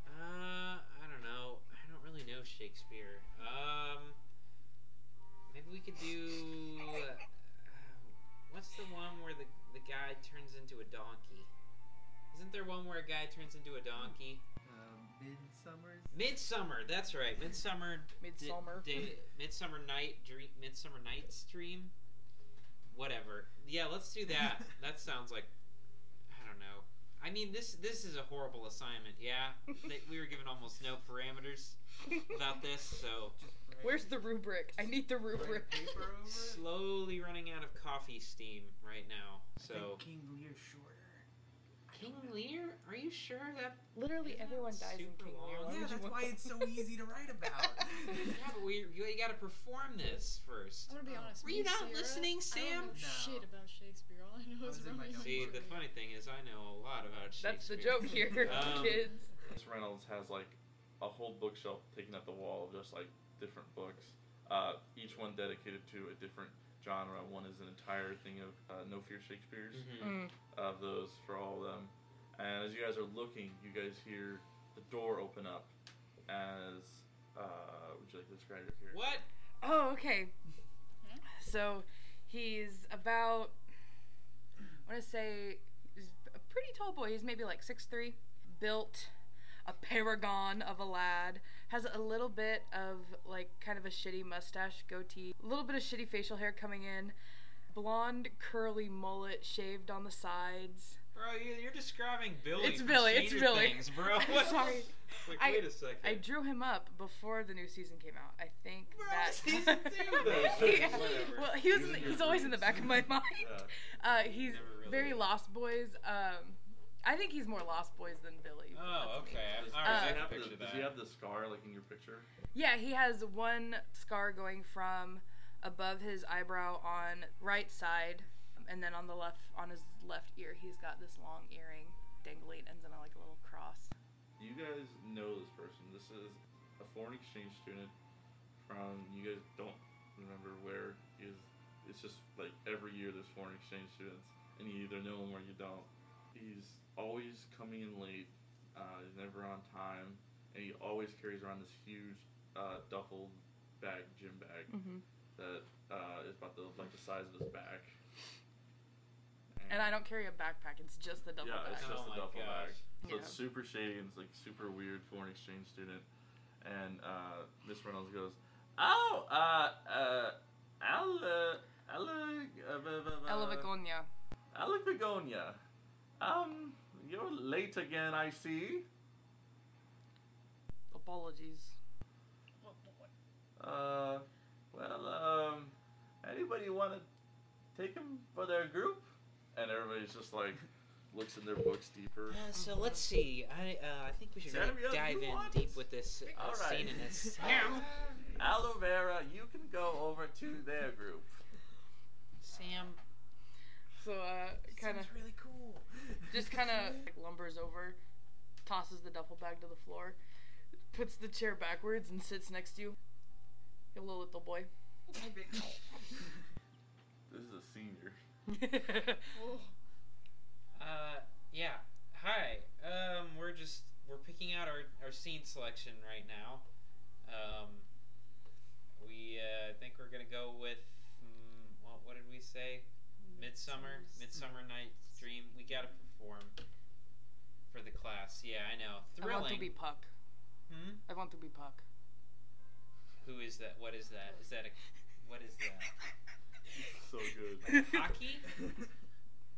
D: Uh, I don't know. I don't really know Shakespeare. Um, maybe we could do. Uh, what's the one where the the guy turns into a donkey? Isn't there one where a guy turns into a donkey?
G: Um, Midsummer's.
D: Midsummer, that's right. Midsummer. d-
A: Midsummer.
D: Day, Midsummer night dream. Midsummer night's dream. Whatever. Yeah, let's do that. that sounds like. I don't know. I mean, this this is a horrible assignment. Yeah, they, we were given almost no parameters about this, so
A: Where's the rubric? I need the rubric.
G: Write paper over it?
D: slowly running out of coffee steam right now. So
G: Think King Lear shorter.
D: King Lear, are you sure that?
A: Literally
D: Isn't
A: everyone
D: that
A: dies in
D: super
A: King Lear.
D: long?
A: Why
G: yeah,
A: would you
G: that's
A: want
G: why it's so easy to write about.
D: Yeah, but we you, you got to perform this first.
E: I'm gonna be
G: Oh.
E: honest.
D: Were
E: me
D: you
E: and
D: not
E: Sierra,
D: listening,
E: I don't
D: Sam?
E: know shit
G: No.
E: about Shakespeare. All I know
G: I
E: is
G: was in my
E: Romeo and
D: See, the
E: Juliet.
D: funny thing is, I know a lot about Shakespeare.
A: That's the joke here,
D: Um,
A: kids.
B: Miss Reynolds has like a whole bookshelf taking up the wall of just like different books, uh, each one dedicated to a different genre. One is an entire thing of uh, No Fear Shakespeare's
D: Mhm.
A: Mm.
B: of those for all of them. And as you guys are looking, you guys hear the door open up. As uh, would you like to describe your character?
D: What?
A: Oh, okay.
E: Hmm?
A: So he's about, I want to say, he's a pretty tall boy. He's maybe like 6'3, built a paragon of a lad, has a little bit of like kind of a shitty mustache, goatee, a little bit of shitty facial hair coming in, blonde, curly mullet shaved on the sides.
D: Bro, you, you're describing Billy.
A: It's
D: from
A: Billy, it's
D: Stranger
A: Billy.
D: Things, bro.
A: I'm
D: What?
A: sorry.
D: Like,
A: I-
D: wait a second.
A: I drew him up before the new season came out. I think
D: Bro,
A: that
D: season two, though.
A: Yeah.
D: Whatever.
A: Well, he was
B: He's
A: in the-
B: in
A: he's
B: your
A: always in the back of my mind.
B: Yeah.
A: Uh, he's
D: Never really-
A: very Lost Boys. Um, I think he's more Lost Boys than Billy. but
D: oh,
A: that's me.
D: okay. I'm-
B: Does,
D: All right,
B: does
D: I
B: he
D: can
B: have
D: picture
B: the,
D: that.
B: does he have the scar like in your picture?
A: Yeah, he has one scar going from above his eyebrow on right side, and then on the left on his left ear, he's got this long earring dangling, and then like a little cross.
B: You guys know this person. This is a foreign exchange student from you guys don't remember where he is. It's just like every year there's foreign exchange students, and you either know him or you don't. He's always coming in late. Uh, he's never on time, and he always carries around this huge uh, duffel bag, gym bag
A: Mm-hmm.
B: that uh, is about the like the size of his back.
A: And I don't carry a backpack; it's just the double
B: Yeah,
A: bag.
B: it's
D: Oh
B: just a
D: my
B: duffel bag.
D: gosh.
B: So it's
A: Yeah.
B: super shady and it's like super weird foreign exchange student. And uh, Miss Reynolds goes, "Oh, uh, uh, I'll, uh, I'll, uh, uh, blah, blah, blah,
A: Ella Begonia.
B: Alec Begonia. Um, you're late again, I see.
A: Apologies.
E: Oh, boy.
B: Uh, well, um, anybody want to take him for their group?" And everybody's just like looks in their books deeper.
D: Uh, so let's see. I uh, I think we should really
B: Samuel,
D: dive
B: you
D: in
B: want-
D: deep with this uh,
B: All right.
D: scene in this.
B: Sam. Aloe vera, you can go over to their group.
D: Sam,
A: So, uh, kind of
G: Sounds really cool.
A: just kind of like, lumbers over, tosses the duffel bag to the floor, puts the chair backwards, and sits next to you. You little little boy.
B: This is a senior.
E: Oh,
D: Uh, yeah. Hi. Um, we're just we're picking out our, our scene selection right now. Um, we uh, think we're gonna go with mm, what, what did we say? Midsummer, Midsummer Night's Dream. We gotta perform for the class. Yeah, I
A: I
D: know.
A: want to
D: Thrilling.
A: be Puck.
D: hmm?
A: I want to be Puck.
D: Who is that? What is that? Is that a what is that?
B: So good.
D: Hockey?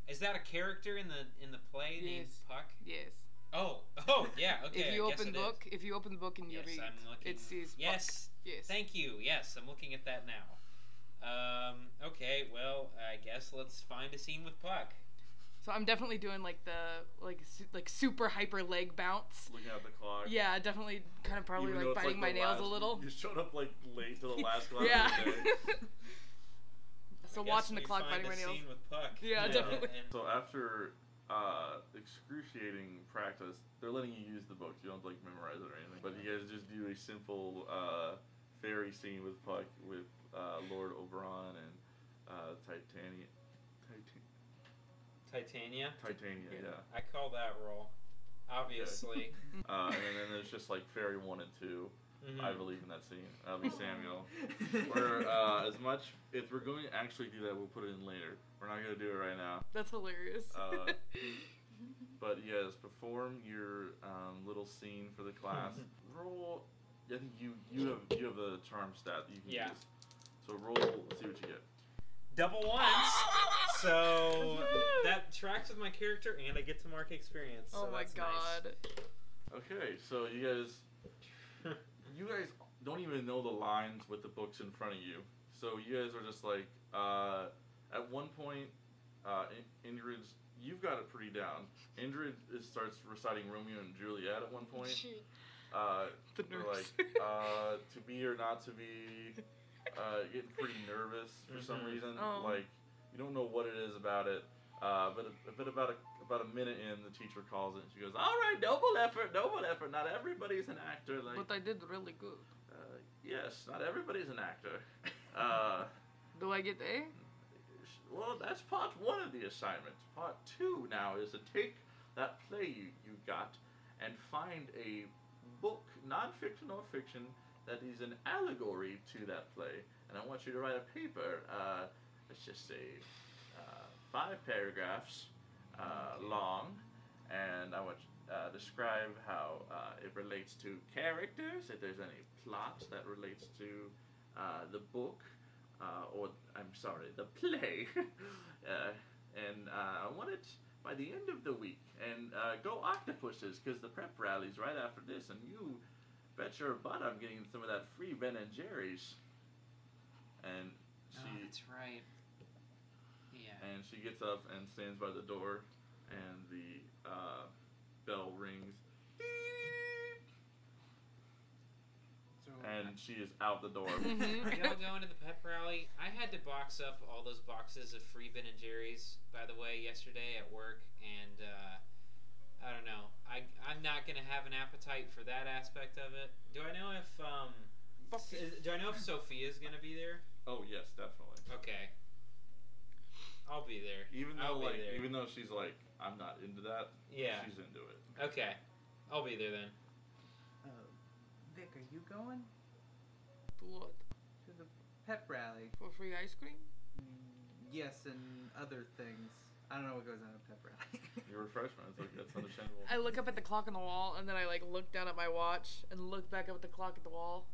D: Is that a character in the in the play named
A: Yes.
D: Puck?
A: Yes.
D: Oh, oh yeah. Okay.
A: if you
D: I guess
A: open
D: it is.
A: book, if you open the book and you
D: Yes,
A: read,
D: I'm looking.
A: it says Puck.
D: yes,
A: Yes.
D: thank you. Yes, I'm looking at that now. Um, okay, well, I guess let's find a scene with Puck.
A: so I'm definitely doing like the like su- like super hyper leg bounce.
B: Looking at the clock.
A: Yeah, definitely kind of probably
B: Even though
A: like
B: it's,
A: biting my
B: the
A: nails a
B: last-
A: little.
B: You showed up like late to the last class
A: yeah.
B: of the day.
A: so
D: I guess
A: watching the
D: we
A: clock, biting
D: find a
A: my nails.
D: Scene with Puck.
A: Yeah,
B: Yeah.
A: definitely.
D: And-
B: So after uh, excruciating practice, they're letting you use the book. You don't have to, like memorize it or anything. But you guys just do a simple uh, fairy scene with Puck with uh, Lord Oberon and uh, Titania. Titan-
D: Titania.
B: Titania, yeah.
D: I call that role. Obviously.
B: Uh, and then there's just like fairy one and two.
D: Mhm.
B: I believe in that scene. That'll be Samuel. We're uh, as much if we're going to
D: Uh,
B: actually do that, we'll put it in later. We're not gonna do it right now.
A: That's hilarious.
B: Uh, But yes, perform your um, little scene for the class. roll. I think you you have you have a charm stat that you can
D: Yeah.
B: use. So roll. Let's see what you get.
D: Double ones. So that tracks with my character, and I get to mark experience. so
E: Oh my
D: that's
E: god.
B: Okay, so you guys
D: nice.
B: you guys don't even know the lines with the books in front of you. So you guys are just like, uh, at one point, uh, In- Ingrid's, you've got it pretty down. Ingrid is, starts reciting Romeo and Juliet at one point.
E: She-
B: Uh,
F: The
B: they're
F: nurse.
B: like, uh, to be or not to be, uh, getting pretty nervous for some
D: Mhm.
B: reason.
F: Oh.
B: Like, you don't know what it is about it. Uh, but, a, but about a, about a minute in, the teacher calls it and she goes, all right, noble effort, noble effort. Not everybody's an actor. Like,
F: but I did really good.
B: uh, yes, not everybody's an actor. Uh,
F: Do I get A?
B: well, that's part one of the assignment. Part two now is to take that play you, you got and find a book, nonfiction or fiction, that is an allegory to that play. And I want you to write a paper, uh, let's just say uh, five paragraphs uh, long, and I want uh, describe how uh, it relates to characters, if there's any plot that relates to uh, the book, uh, or I'm sorry, the play. uh, and uh, I want it by the end of the week. And uh, go octopuses, because the prep rally's right after this, and you bet your butt I'm getting some of that free Ben and Jerry's. And
H: Oh,
B: she
H: that's right. Yeah.
B: and she gets up and stands by the door, and the uh, bell rings,
H: So
B: and she is out the door.
F: Mm-hmm.
D: Are y'all going to the pep rally? I had to box up all those boxes of free Ben and Jerry's, by the way, yesterday at work, and uh, I don't know. I I'm not gonna have an appetite for that aspect of it. Do I know if um s- is- do I know if Sophia's gonna be there?
B: oh yes, definitely.
D: Okay, I'll be there.
B: Even though
D: I'll be
B: like,
D: there.
B: even though she's like, I'm not into that.
D: Yeah.
B: she's into it.
D: Okay, I'll be there then.
G: Uh, Vic, are you going
F: What?
G: to the pep rally?
F: For free ice cream?
G: Mm, Yes, and other things. I don't know what goes on at a pep rally.
B: You're a freshman. It's like that's understandable.
F: I look up at the clock on the wall and then I like look down at my watch and look back up at the clock at the wall.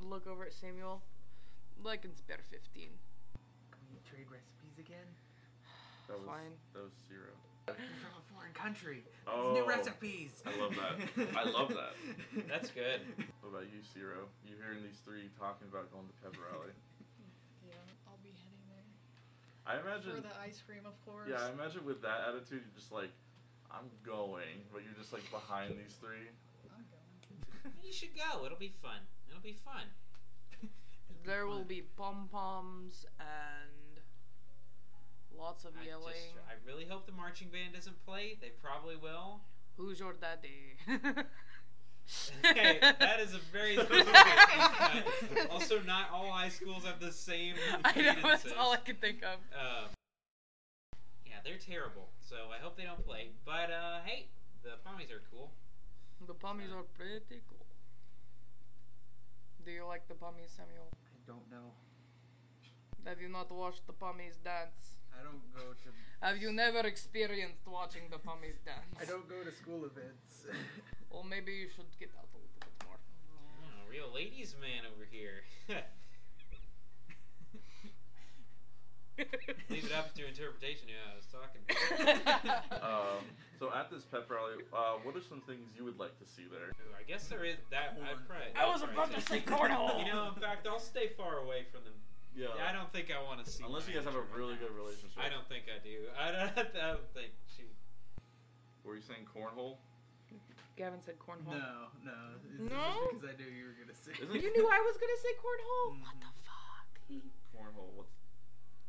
F: Look over at Samuel. Like it's better 15.
G: Can we trade recipes again?
B: That was
F: Fine.
B: that was zero.
G: You're from a foreign country.
B: Oh,
G: New recipes.
B: I love that. I love that.
D: That's good.
B: What about you, Zero? You hearing these three talking about going to Pep Rally?
E: Yeah, I'll be heading there.
B: I imagine
E: For the ice cream, of course.
B: Yeah, I imagine with that attitude, you're just like, I'm going, but you're just like behind these three.
E: I'm going.
D: You should go. It'll be fun. It'll be fun.
F: There will be pom poms and lots of
D: I,
F: yelling.
D: just, I really hope the marching band doesn't play. They probably will.
F: Who's your daddy?
D: hey, that is a very specific insight. Also, not all high schools have the same.
F: I know that's
D: cadences.
F: all I could think of.
D: Um, yeah, they're terrible. So I hope they don't play. But uh, hey, the Pommies are cool.
F: The pummies are pretty cool. Do you like the pummies, Samuel?
G: I don't know.
F: Have you not watched the pummies dance?
G: I don't go to.
F: Have you never experienced watching the pummies dance?
G: I don't go to school events.
F: Well, maybe you should get out a little bit more.
D: Oh, real ladies' man over here. Leave it up Uh, to interpretation. who I was talking. To.
B: Um, so at this pep rally, uh, what are some things you would like to see there?
D: Ooh, I guess there is that. I'd probably,
F: I was
D: I'd
F: about
D: probably
F: to say
D: take-
F: cornhole.
D: You know, in fact, I'll stay far away from them.
B: Yeah.
D: I don't think I want to see.
B: Unless you guys have a
D: Nigel
B: really
D: right
B: good
D: now.
B: relationship.
D: I don't think I do. I don't, I don't think she.
B: Were you saying cornhole?
F: Gavin said cornhole.
G: no, no. It's
F: No?
G: Just because I knew you were gonna say.
B: Isn't-
F: You knew I was gonna say cornhole. What the fuck?
B: Cornhole. What's?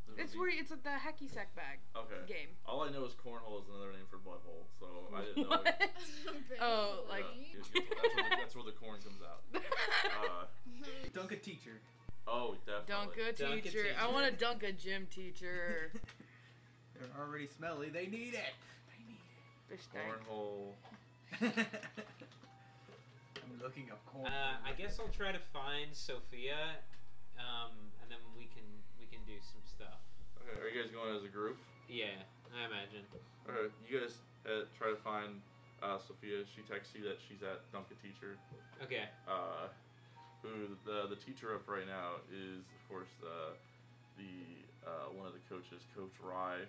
B: does it
F: It's
B: mean-
F: where it's at the hacky sack bag
B: Okay.
F: game.
B: All I know is cornhole is another name for butthole, so I didn't know.
F: What? Oh,
B: Yeah,
F: like-
B: you- you- that's, where the, that's where the corn comes out. Uh,
G: Dunk a teacher.
B: oh,
F: dunk
B: definitely.
F: a teacher.
D: Dunk a
F: I
D: teacher.
F: want to dunk a gym teacher.
G: They're already smelly. They need it. They need
F: They stink.
B: Cornhole.
G: it. I'm looking up corn.
D: Uh, I guess I'll try to find Sophia, um, and then we can we can do some stuff.
B: Okay, are you guys going as a group?
D: Yeah, I imagine.
B: Okay, you guys uh, try to find uh, Sophia. She texts you that she's at Dunkin' Teacher.
D: Okay.
B: Uh, who the the teacher of right now is of course uh, the the uh, one of the coaches, Coach Rye,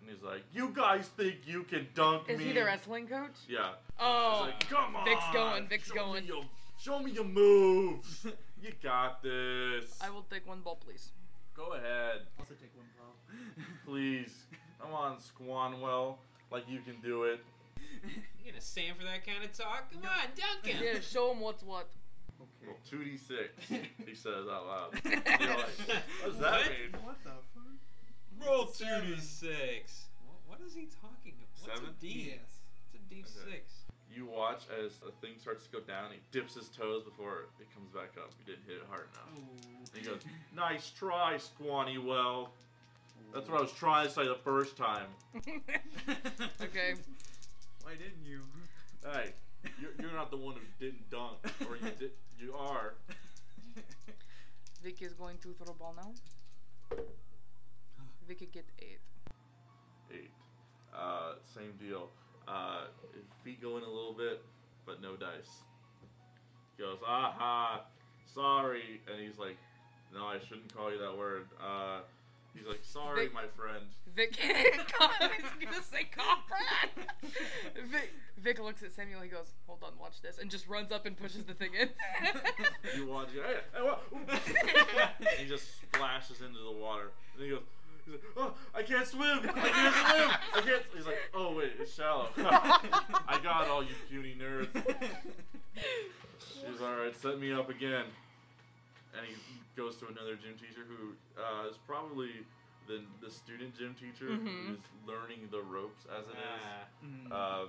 B: and he's like, "You guys think you can dunk
A: Is
B: me?"
A: he the wrestling coach?
B: Yeah. He's
A: Oh,
B: like, come on.
A: Vic's going, Vic's
B: show
A: going."
B: Me your, show me your moves. you got this.
F: I will take one ball, please.
B: Go ahead,
G: Also take one ball.
B: please. Come on, Squanwell. Like you can do it.
D: You gonna stand for that kind of talk? Come on, Duncan.
A: yeah. Show him what's what.
B: Well, two d six. He says out loud. You're like,
G: okay.
B: what does that
D: What?
B: mean?
G: what the fuck?
D: Roll two
C: Seven.
D: d six. What is he talking about? What's
B: Seven?
D: a d?
G: Yes.
D: It's a d
B: Okay.
D: six.
B: You watch as the thing starts to go down. He dips his toes before it comes back up. He didn't hit it hard
G: Oh.
B: enough. He goes, "Nice try, Squanny. Well,
G: Oh.
B: that's what I was trying to say the first time.
A: Okay.
G: Why didn't you?
B: Hey, you're, you're not the one who didn't dunk, or you did. You are.
F: Vic is going to throw ball now. Vic could get eight.
B: eight. Uh, same deal. Uh, feet go in a little bit, but no dice. He goes, aha, sorry. And he's like, no, I shouldn't call you that word. Uh, he's like, sorry,
A: They-
B: my friend.
A: Vic, I was gonna say comrade. Vic, Vic looks at Samuel. He goes, "Hold on, watch this," and just runs up and pushes the thing in.
B: You want you? Hey, hey, what? and he just splashes into the water. And he goes, he's like, oh, I can't swim. I can't swim. I can't. He's like, oh, wait, it's shallow. I got all you puny nerds. She's all right. Set me up again. And he goes to another gym teacher who uh, is probably the the student gym teacher
A: Mhm.
B: who is learning the ropes as it is.
D: Ah.
B: Uh,
G: Mm.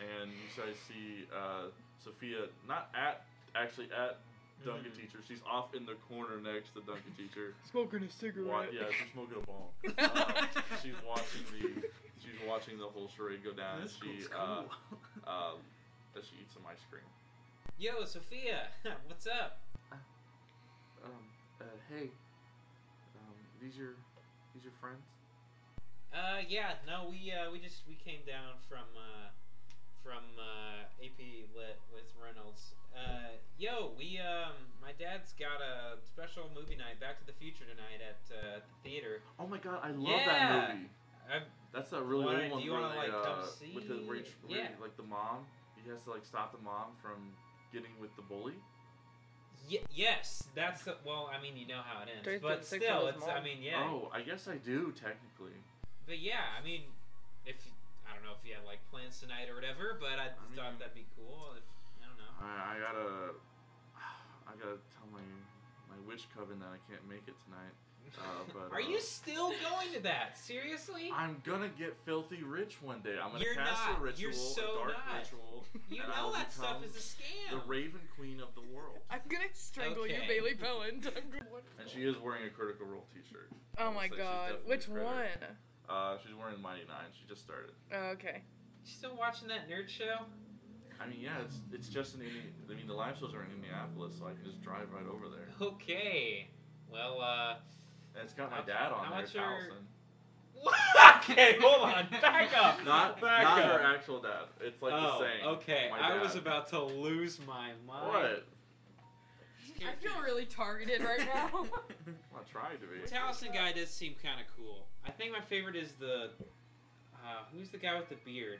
B: and you guys see uh, Sophia not at actually at Duncan
D: Mhm.
B: Teacher. She's off in the corner next to Duncan Teacher.
A: Smoking a
B: Wa-
A: cigarette.
B: yeah, she's smoking a ball. Uh, she's watching the she's watching the whole charade go down. And
G: That's
B: she
G: cool.
B: uh, uh, as she eats some ice cream.
D: Yo, Sophia. What's up?
B: Um, uh, hey, um, these your these your friends?
D: Uh, yeah, no, we uh, we just we came down from uh, from uh, AP Lit with Reynolds. Uh, yo, we um, my dad's got a special movie night, Back to the Future tonight at uh, the theater. Um,
B: Oh my god, I love
D: Yeah.
B: that movie.
D: I've,
B: That's that really
D: Why-
B: old
D: do
B: one
D: you
B: where
D: wanna,
B: they,
D: like, come
B: uh, with the where,
D: see?
B: each- where
D: Yeah.
B: like the mom, he has to like stop the mom from getting with the bully.
D: y- yes, that's the, well, I mean, you know how it ends,
A: Don't you
D: but
A: think six of
D: still,
A: his
D: it's I
A: mom?
D: mean, yeah,
B: Oh, I guess I do technically.
D: but yeah, I mean, if I don't know if you had like plans tonight or whatever, but I,
B: I
D: thought
B: mean-
D: that'd be cool. If, I don't know.
B: I, I gotta, I gotta tell my my witch coven that I can't make it tonight. Uh, but,
D: Are
B: uh,
D: you still going to that? Seriously?
B: I'm gonna get filthy rich one day. I'm gonna
D: You're
B: cast
D: not.
B: a ritual,
D: You're so
B: a dark
D: not.
B: ritual.
D: You
B: and
D: know
B: I'll
D: that stuff
B: become
D: is a scam.
B: the Raven Queen of the world,
A: I'm gonna strangle
D: Okay.
A: you, Bailey Pelland. I'm gonna-
B: and she is wearing a critical role T-shirt. I
A: Oh
B: would
A: my
B: say she's
A: god,
B: definitely
A: which
B: a predator.
A: one?
B: Uh, she's wearing Mighty Nine. She just started.
A: Oh, okay.
D: You still watching that nerd show?
B: I mean, yeah, it's it's just in. Indi- I mean, the live shows are in Indianapolis, so I can just drive right over there.
D: Okay. Well, uh.
B: And it's got my
D: How-
B: dad on
D: how
B: there,
D: much are-
B: Allison.
D: okay, hold on. Back up.
B: Not
D: back
B: not her
D: up.
B: actual dad. It's like the
D: oh,
B: same.
D: okay.
B: My
D: I
B: dad.
D: was about to lose my mind.
B: What?
A: I feel really targeted right now.
B: I'm not trying to
D: The
B: be.
D: Taliesin guy does seem kind of cool. I think my favorite is the. Uh, who's the guy with the beard?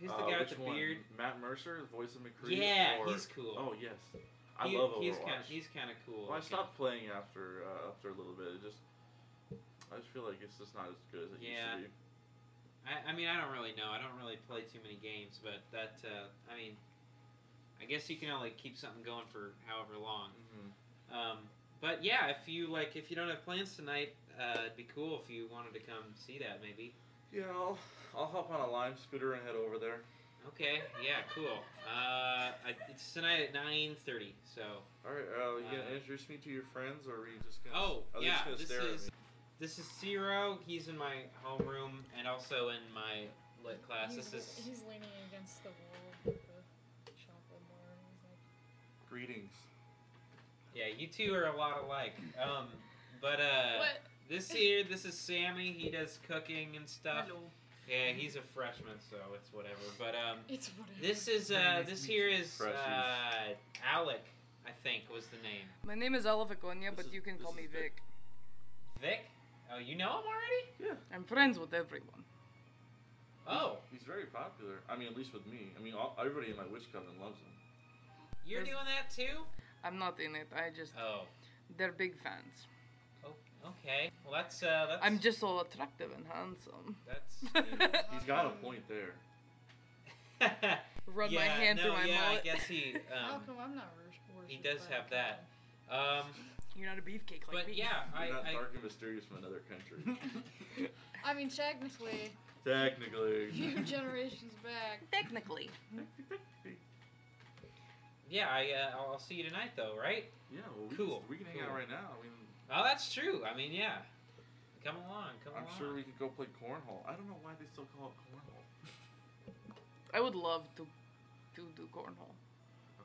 D: Who's the
B: Uh,
D: guy with
B: which
D: the
B: one?
D: beard?
B: Matt Mercer, the voice of McCree.
D: Yeah,
B: or-
D: he's cool.
B: Oh yes, I
D: He-
B: love Overwatch.
D: he's kind of he's kind of cool.
B: well, I
D: looking.
B: stopped playing after uh, after a little bit. It just I just feel like it's just not as good as it
D: Yeah.
B: used to be.
D: I, I mean, I don't really know. I don't really play too many games, but that, uh, I mean, I guess you can only keep something going for however long.
B: Mhm.
D: Um, but yeah, if you like, if you don't have plans tonight, uh, it'd be cool if you wanted to come see that, maybe.
B: Yeah, I'll I'll hop on a Lime scooter and head over there.
D: Okay, yeah, cool. Uh, I, it's tonight at nine thirty. So,
B: All right, uh, you gonna
D: Uh,
B: introduce me to your friends, or are you just gonna?
D: oh
B: are they
D: yeah,
B: just gonna
D: this
B: stare
D: is
B: at me?
D: this is Zero. He's in my homeroom and also in my lit class.
E: He's,
D: This is
E: he's leaning against the wall of the shop window, and he's like,
B: Greetings.
D: yeah. You two are a lot alike. Um, but uh.
E: What?
D: This year, this is Sammy. He does cooking and stuff. Yeah, he's a freshman, so it's whatever. But um,
E: It's whatever.
D: this is
G: Very
D: uh,
G: nice
D: this
G: to meet
D: here is uh,
B: Freshies.
D: Alec, I think was the name.
A: My name is Ella Vigonia,
B: This
A: but
B: is-
A: you can
B: this
A: call
B: is
A: me
B: Vic.
A: Vic.
D: Vic. Oh, you know him already?
A: I'm friends with everyone.
D: Oh,
B: He's very popular. I mean, at least with me. I mean, all, everybody in my witch coven loves him.
D: you're doing that too?
A: I'm not in it. I just
D: Oh,
A: they're big fans.
D: o- okay. Well, that's uh, that's
A: I'm just so attractive and handsome.
D: that's. you know.
B: He's got a point there.
A: Run my
D: Yeah,
A: hand
D: no,
A: through my
D: yeah,
A: mullet.
D: I guess he.
E: How
D: Um,
E: come I'm not wor- worshipped
D: he does
E: by
D: have
E: a
D: that.
E: god?
D: um,
A: You're not a beefcake like
D: but
A: me.
D: yeah, I,
B: You're not
D: I
B: dark and mysterious from another country.
E: I mean, technically, a
B: Technically.
E: few generations back.
A: Technically.
D: yeah, I uh, I'll- I'll see you tonight though, right?
B: Yeah, well, we,
D: Cool,
B: can, we can hang
D: cool.
B: out right now. I mean,
D: Oh, that's true. I mean, yeah. Come along, come
B: I'm
D: along.
B: sure we could go play cornhole. I don't know why they still call it cornhole.
A: I would love to to do cornhole.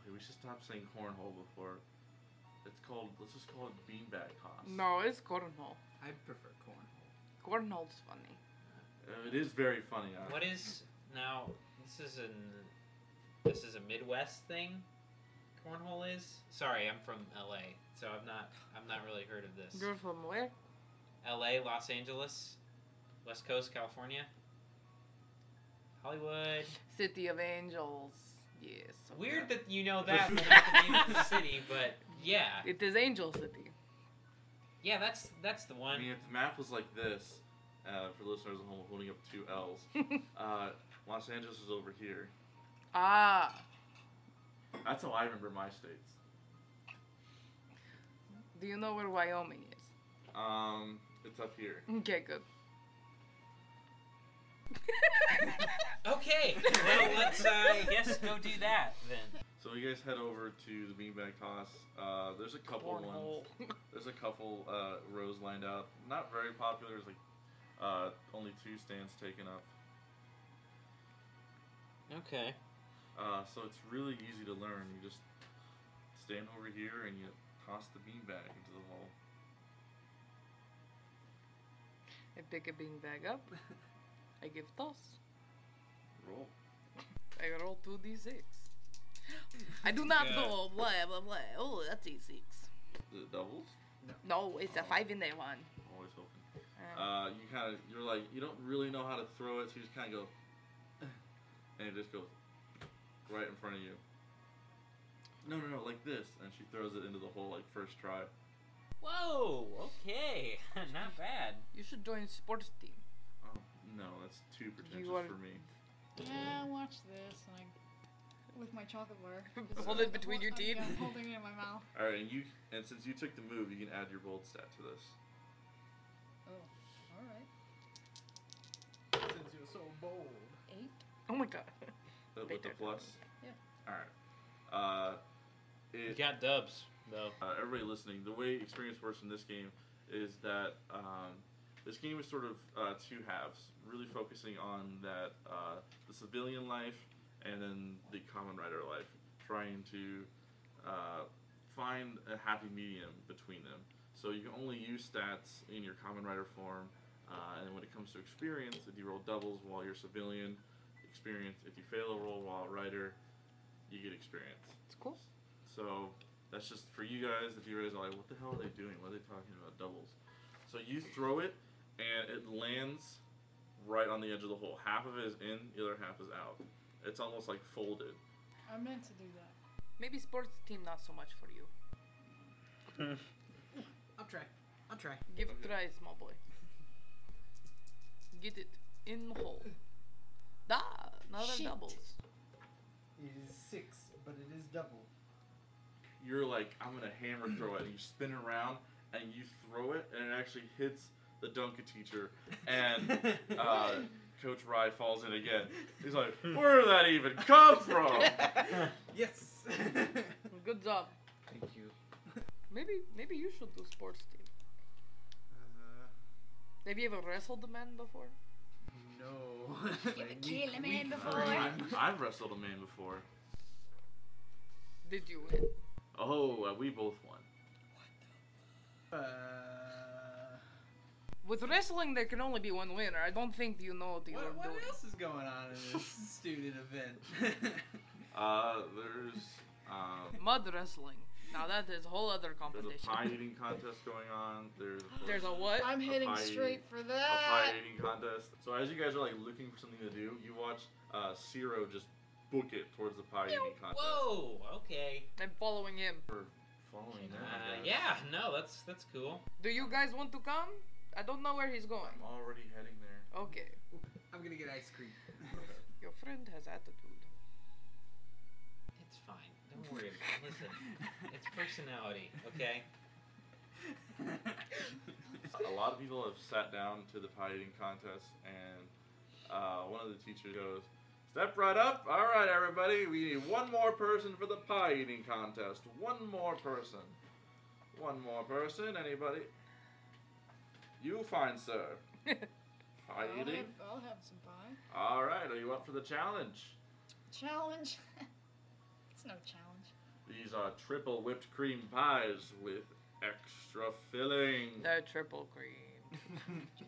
B: Okay, we should stop saying cornhole before. It's called, let's just call it beanbag toss.
A: No, it's cornhole.
G: I prefer cornhole.
A: Cornhole's funny.
B: Uh, It is very funny. Honestly.
D: What is now? This is an this is a Midwest thing. Cornhole is. Sorry, I'm from LA, so I'm not I'm not really heard of this.
A: You're from where?
D: LA, Los Angeles, West Coast, California, Hollywood.
A: City of Angels. Yes.
D: Weird that you know that but not the name of the city, but yeah,
A: It is Angel City.
D: yeah, that's that's the
B: I
D: one.
B: mean, if the map was like this, uh, for listeners at home holding up two L's, uh, Los Angeles is over here.
A: ah.
B: That's how I remember my states.
A: Do you know where Wyoming is?
B: Um, it's up here.
A: Okay, good.
D: Okay, well let's uh, I guess go do that then.
B: So you guys head over to the beanbag toss. Uh, there's a couple ones. There's a couple uh, rows lined up. Not very popular. There's like uh, only two stands taken up.
D: Okay.
B: Uh, so it's really easy to learn. You just stand over here and you toss the beanbag into the hole.
A: I pick a beanbag up. I give toss.
B: Roll.
A: I roll 2d6. I do not
D: Yeah.
A: know. Blah, blah, blah. Oh, that's a 6.
B: Is it doubles?
A: No, it's a 5 in there one.
B: Always hoping.
A: Uh,
B: Uh, you kind of you're like you don't really know how to throw it, so you just kind of go, and it just goes right in front of you. No, no, no, like this, and she throws it into the hole like first try.
D: Whoa. Okay. not bad.
A: you should join sports team.
B: Oh no, that's too pretentious
A: wanna-
B: for me.
E: Yeah, watch this. And I, with my chocolate bar. Just
A: Hold it between your
E: I'm-
A: teeth.
E: yeah, I'm holding it in my mouth.
B: All right, and you and since you took the move, you can add your bold stat to this.
E: Oh, alright.
G: Since you're so bold.
E: Eight?
A: Oh my god.
B: Uh,
A: They
B: with the
A: don't
B: plus.
E: know.
B: All right. Uh, it,
D: got dubs though.
B: uh, everybody listening, the way experience works in this game is that um, this game is sort of uh, two halves, really focusing on that uh, the civilian life and then the common rider life, trying to uh, find a happy medium between them. So you can only use stats in your common rider form, uh, and when it comes to experience, if you roll doubles while you're civilian, experience. If you fail a roll while rider, you get experience.
A: It's cool.
B: So that's just for you guys. If you guys are like, what the hell are they doing? What are they talking about doubles? So you throw it, and it lands right on the edge of the hole. Half of it is in, the other half is out. It's almost like folded.
E: I meant to do that.
A: Maybe sports team not so much for you.
G: I'll try. I'll try.
A: Give it a try, small boy. Get it in the hole. Da! Another
E: Shit.
A: doubles.
H: It is six, but it is double.
B: You're like, I'm gonna hammer throw it. And you spin around, and you throw it, and it actually hits the Dunka teacher, and uh, Coach Rye falls in again. He's like, where did that even come from?
G: yes. Thank
A: Good job.
G: you.
A: Maybe maybe you should do sports team.
G: Uh,
A: Have you ever wrestled a man before?
G: no.
E: You
G: Like,
E: kill a
G: weak-
E: man
G: weak
E: before.
B: I,
G: brain.
B: I've wrestled a man before.
A: Did you win?
B: Oh, uh, we both won.
G: Uh,
A: With wrestling, there can only be one winner. I don't think you know what you're
G: What, what
A: doing.
G: else is going on in this student event?
B: Uh, there's um,
A: Mud wrestling. Now that is a whole other
B: there's a pie
A: competition.
B: eating contest going on. There's of course,
A: There's a what?
E: I'm
B: A
E: heading
B: pie
E: straight for
B: a pie
E: that.
B: eating contest. So as you guys are like looking for something to do, you watch uh, Ciro just book it towards the pie eating contest.
D: Whoa. Okay.
A: I'm following him.
B: For following
D: Uh,
B: that, I guess.
D: yeah. No, that's that's cool.
A: Do you guys want to come? I don't know where he's going.
B: I'm already heading there.
A: Okay,
G: I'm gonna get ice cream.
A: your friend has attitude.
D: It's fine. Don't worry. about it. Listen, it's personality. Okay.
B: a lot of people have sat down to the pie eating contest, and uh, one of the teachers goes, "Step right up! All right, everybody, we need one more person for the pie eating contest. One more person. One more person. Anybody? You fine, sir. Pie
E: I'll have,
B: eating.
E: I'll have some pie.
B: All right. Are you up for the challenge?
E: Challenge. it's no challenge.
B: These are triple whipped cream pies with extra filling.
A: The triple cream.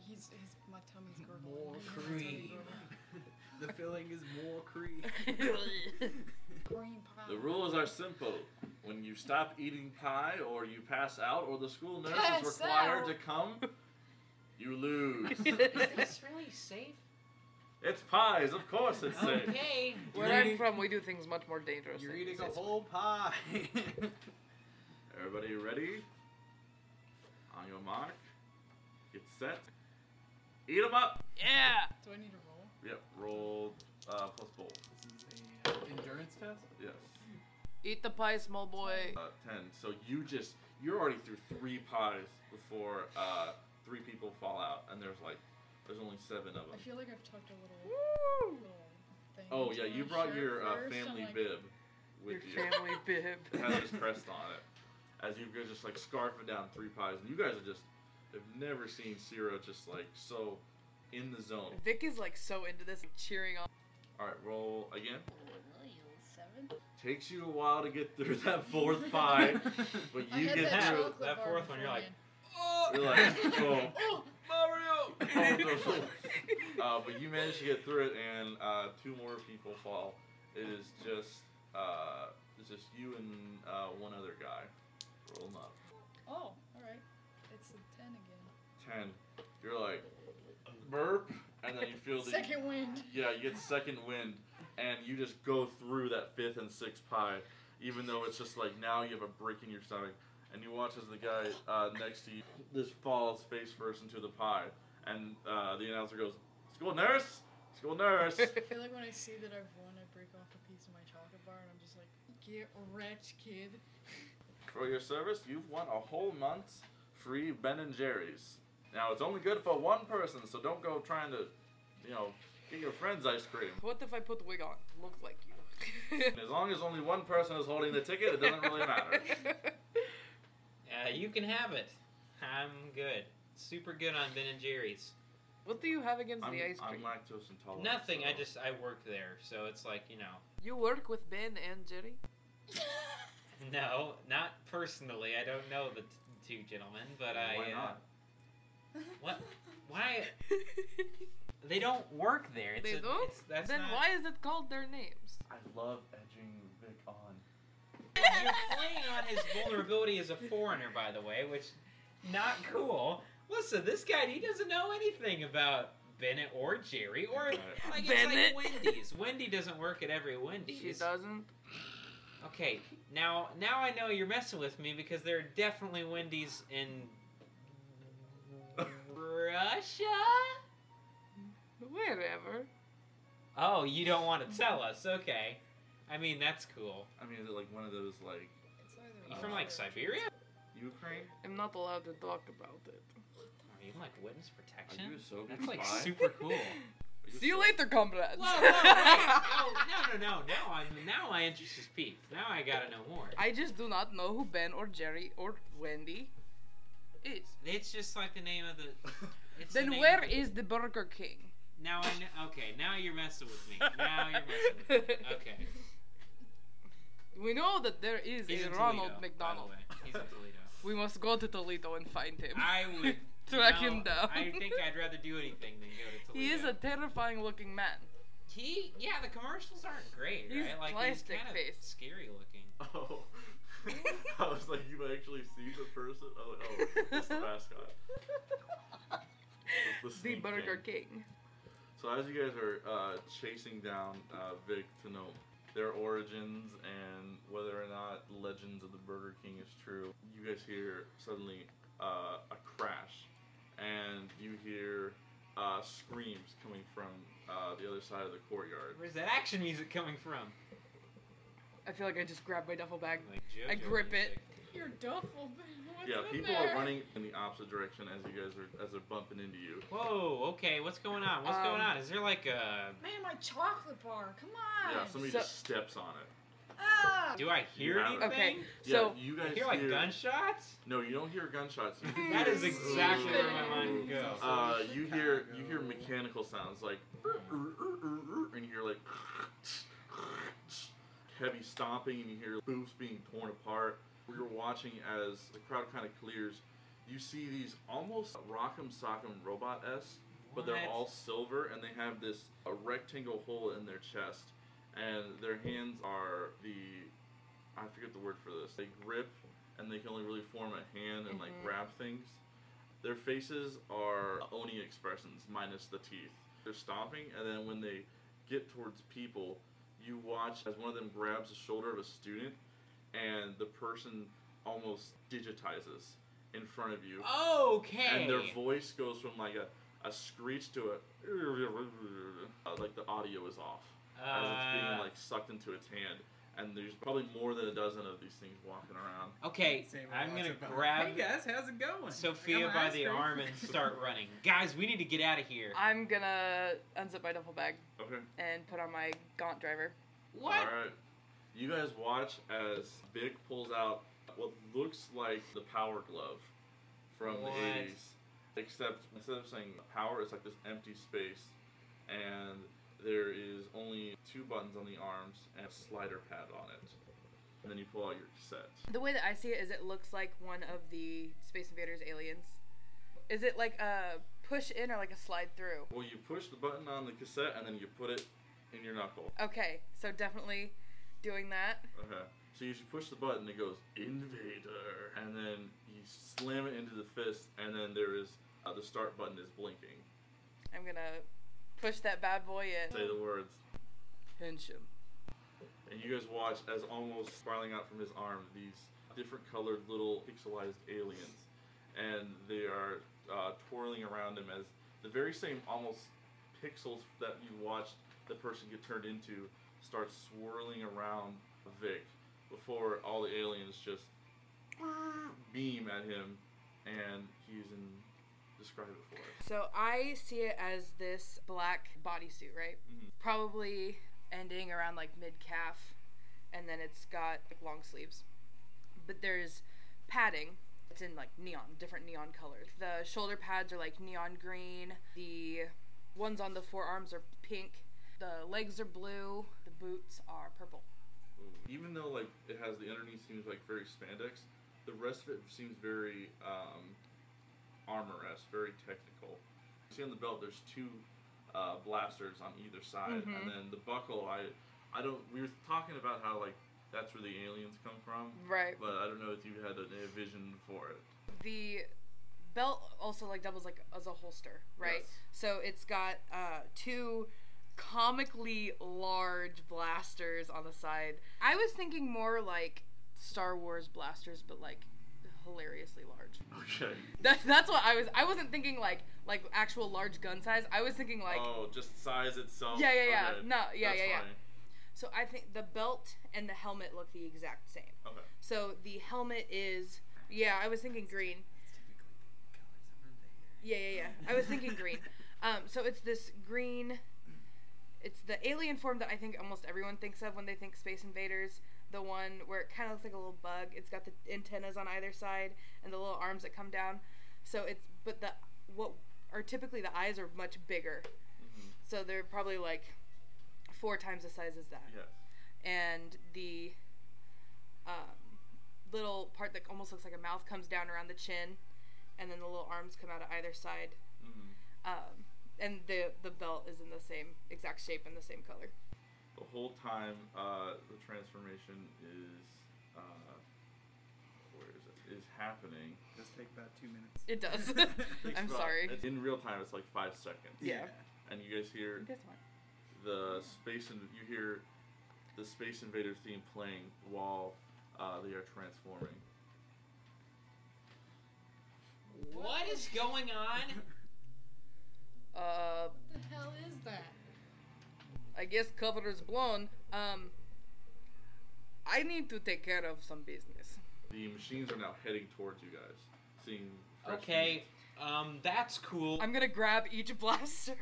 E: He's, he's my tummy's gurgling.
G: more
E: My tummy
G: cream.
E: gurgling.
G: the filling is more cream.
E: Green pie.
B: The rules are simple. When you stop eating pie, or you pass out, or the school nurse
E: Pass
B: is required
E: out.
B: to come, you lose.
D: Is this really safe?
B: it's pies, of course it's safe.
D: Okay.
A: Where
G: You're
A: I'm
G: eating-
A: from, we do things much more dangerous.
G: You're
A: than
G: eating
A: this.
G: a
A: It's-
G: whole pie.
B: Everybody ready? On your mark, get set, eat 'em up.
A: Yeah.
E: Do I need a roll?
B: Yep, roll uh, plus bowl.
G: this is a uh, endurance test.
B: Yes,
A: Eat the pie, small boy.
B: uh, ten. So you just you're already through three pies before uh, three people fall out, and there's like there's only seven of
E: I
B: them.
E: feel like I've tucked a little, little thing.
B: Oh
E: into
B: yeah,
E: my
B: you brought
E: shirt
B: your uh,
E: first. I'm
B: family
E: like,
B: bib with
A: Your
B: you.
A: family bib.
B: It has his crest on it. As you guys just like scarfing down three pies, and you guys are just have never seen Ciro just like so in the zone.
A: Vic is like so into this, like, cheering on.
B: All right, roll again.
E: Seven.
B: Takes you a while to get through that fourth pie, but
E: I
B: you
E: had
B: get
E: that
D: through it.
E: chocolate
D: That
E: bar
D: fourth one, you're like,
E: beforehand.
B: through. You're like, oh,
E: oh,
D: Mario.
B: oh, no. uh, but you manage to get through it, and uh, two more people fall. It is just uh, it's just you and uh, one other guy. Roll 'em up.
E: oh, all right. It's a ten again.
B: 10, you're like, burp, and then you feel the.
E: Second wind.
B: Yeah, you get second wind, and you just go through that fifth and sixth pie, even though it's just like now you have a brick in your stomach. And you watch as the guy uh, next to you just falls face first into the pie. And uh, the announcer goes, School nurse! School nurse!
E: I feel like when I see that I've won, I break off a piece of my chocolate bar and I'm just like, get wrecked, kid.
B: For your service, you've won a whole month's free Ben and Jerry's. Now, it's only good for one person, so don't go trying to, you know, get your friend's ice cream.
A: What if I put the wig on? Look like you.
B: And as long as only one person is holding the ticket, it doesn't really matter.
D: Uh, you can have it. I'm good. Super good on Ben and Jerry's.
A: what do you have against
B: I'm,
A: the ice
B: I'm
A: cream?
B: lactose intolerant.
D: Nothing. I
B: Oh, so-
D: just I work there, so it's like you know.
A: you work with Ben and Jerry?
D: No, not personally. I don't know the t- two gentlemen, but I.
B: Why
D: uh,
B: not?
D: What? Why? They don't work there. It's
A: They
D: a-
A: don't?
D: it's- that's
A: then
D: not-
A: why is it called their names?
B: I love edging Vic on.
D: You're playing on his vulnerability as a foreigner, by the way, which not cool. Listen, this guy he doesn't know anything about Bennett or Jerry or
B: Right.
D: like it's
A: Bennett.
D: like Wendy's. Wendy doesn't work at every Wendy's.
A: She doesn't.
D: Okay, now now I know you're messing with me because there are definitely Wendy's in Russia.
A: Wherever.
D: Oh, you don't want to tell us? Okay, I mean that's cool.
B: I mean, is it like one of those like
E: It's either
D: You
E: or.
D: from like Siberia?
B: Ukraine?
A: I'm not allowed to talk about it.
D: Are you like witness protection?
B: Are you a Soviet
D: That's like
B: spy?
D: super cool.
B: Are you
A: See you
B: so-
A: later, comrades.
D: Whoa, whoa, wait. No, no, no, no. Now I'm now my interest is peaked. Now I gotta know more.
A: I just do not know who Ben or Jerry or Wendy is.
D: It's just like the name of the. It's the
A: Then
D: name
A: where
D: of the-
A: is the Burger King?
D: Now I know. Okay, now you're messing with me. Now you're messing with me. Okay.
A: We know that there is
D: He's
A: a
D: in
A: Ronald
D: Toledo, by the
A: McDonald.
D: way. He's in Toledo.
A: We must go to Toledo and find him.
D: I would
A: to
D: You
A: track
D: know,
A: him down.
D: I think I'd rather do anything than go to
A: he
D: Toledo.
A: is a terrifying looking man.
D: He, yeah, the commercials aren't great,
A: He's
D: right? Like
A: plastic
D: he's kind
A: face.
D: of scary looking.
B: Oh. I was like, you actually see the person? Oh, oh it's the mascot. It's
A: the
B: Sneak
A: Burger
B: King.
A: King.
B: So as you guys are uh, chasing down uh, Vic to know their origins and whether or not Legends of the Burger King is true, you guys hear suddenly uh, a crash, and you hear uh, screams coming from uh, the other side of the courtyard.
D: Where's that action music coming from?
A: I feel like I just grabbed my duffel bag.
D: Like JoJo
A: I grip
D: music.
A: it.
E: Your duffel. What's
B: yeah,
E: in
B: people
E: there?
B: are running in the opposite direction as you guys are as they're bumping into you.
D: Whoa, okay, what's going on? What's
A: Um,
D: going on? Is there like a.
E: Man, my chocolate bar. Come
D: Ah,
E: on.
B: Yeah, somebody
A: So-
B: just steps on it.
E: Ah!
D: Do I hear
B: You have it.
D: anything?
A: Okay,
B: Yeah,
A: so
B: you
D: I
B: guys
D: hear like gunshots?
B: No, you don't hear gunshots. You
D: That
B: hear-
D: is exactly where my mind goes.
B: Uh, you hear you
H: Chicago.
B: hear mechanical sounds like, and you hear like heavy stomping, and you hear booths being torn apart. You're watching as the crowd kind of clears. You see these almost Rock'em Sock'em robot s, but they're
D: What?
B: all silver, and they have this a rectangle hole in their chest, and their hands are the I forget the word for this. They grip, and they can only really form a hand and like
A: Mhm.
B: grab things. Their faces are Oni expressions, minus the teeth. They're stomping, and then when they get towards people, you watch as one of them grabs the shoulder of a student, and the person almost digitizes in front of you.
D: Okay.
B: And their voice goes from like a, a screech to a. uh, Like the audio is off as it's being
D: Uh,
B: like sucked into its hand. And there's probably more than a dozen of these things walking around.
D: okay,
H: Samuel
D: I'm
H: walks
D: gonna
H: up and-
D: grab
G: Hey guys, how's it going? I
D: Sophia
G: got my
D: by
G: ice
D: the
G: cream.
D: arm and start running. Guys, we need to get out of here.
A: I'm gonna unzip my duffel bag
B: Okay.
A: and put on my gaunt driver.
B: All
D: What?
B: right. You guys watch as Vic pulls out what looks like the power glove from
D: What?
B: the 80s. Except instead of saying power, it's like this empty space. And there is only two buttons on the arms and a slider pad on it. And then you pull out your cassette.
A: The way that I see it is it looks like one of the Space Invaders aliens. Is it like a push in or like a slide through?
B: Well, you push the button on the cassette and then you put it in your knuckle.
A: Okay, so definitely doing that.
B: Okay. So you should push the button. It goes invader, and then you slam it into the fist, and then there is uh, the start button is blinking.
A: I'm gonna push that bad boy in.
B: Say the words,
A: Pinch him.
B: and you guys watch as almost spiraling out from his arm these different colored little pixelized aliens, and they are uh, twirling around him as the very same almost pixels that you watched the person get turned into start swirling around Vic before all the aliens just beam at him, and he's in. Describe it for us.
A: So I see it as this black bodysuit, right?
B: Mhm.
A: Probably ending around like mid calf, and then it's got like long sleeves. But there's padding. It's in like neon, different neon colors. The shoulder pads are like neon green. The ones on the forearms are pink. The legs are blue. The boots are purple.
B: Even though like it has the underneath seems like very spandex, the rest of it seems very um, armor-esque, very technical. You see on the belt, there's two uh, blasters on either side,
A: Mhm.
B: and then the buckle. I, I don't. We were talking about how like that's where the aliens come from,
A: Right.
B: but I don't know if you had a, a vision for it.
A: The belt also like doubles like as a holster, right?
B: Yes.
A: So it's got uh, two comically large blasters on the side. I was thinking more like Star Wars blasters, but like hilariously large.
B: Okay.
A: That, that's what I was. I wasn't thinking like like actual large gun size. I was thinking like
B: oh, just size itself.
A: Yeah, yeah, yeah.
B: Okay.
A: No, yeah,
B: That's
A: yeah, yeah.
B: fine.
A: so. I think the belt and the helmet look the exact same.
B: Okay.
A: So the helmet is yeah. I was thinking green. Yeah, yeah, yeah. I was thinking green. Um, so it's this green. It's the alien form that I think almost everyone thinks of when they think Space Invaders. The one where it kind of looks like a little bug. It's got the antennas on either side and the little arms that come down. So it's but the what are typically the eyes are much bigger.
B: Mhm.
A: So they're probably like four times the size as that.
B: Yes.
A: And the um, little part that almost looks like a mouth comes down around the chin, and then the little arms come out of either side.
B: Mm.
A: Um, and the the belt is in the same exact shape and the same color.
B: The whole time, uh, the transformation is uh, where is it? Is happening.
G: Does take about two minutes.
A: It does.
B: Takes
A: I'm
B: about-
A: sorry.
B: It's in real time. It's like five seconds.
A: Yeah.
B: And you guys hear
A: Guess what?
B: the space and you hear the Space Invaders theme playing while uh, they are transforming.
D: What is going on?
A: Uh,
E: What the hell is that?
A: I guess cover is blown. Um, I need to take care of some business.
B: The machines are now heading towards you guys, seeing. fresh
D: Okay,
B: meat.
D: um, that's cool.
A: I'm gonna grab each blaster.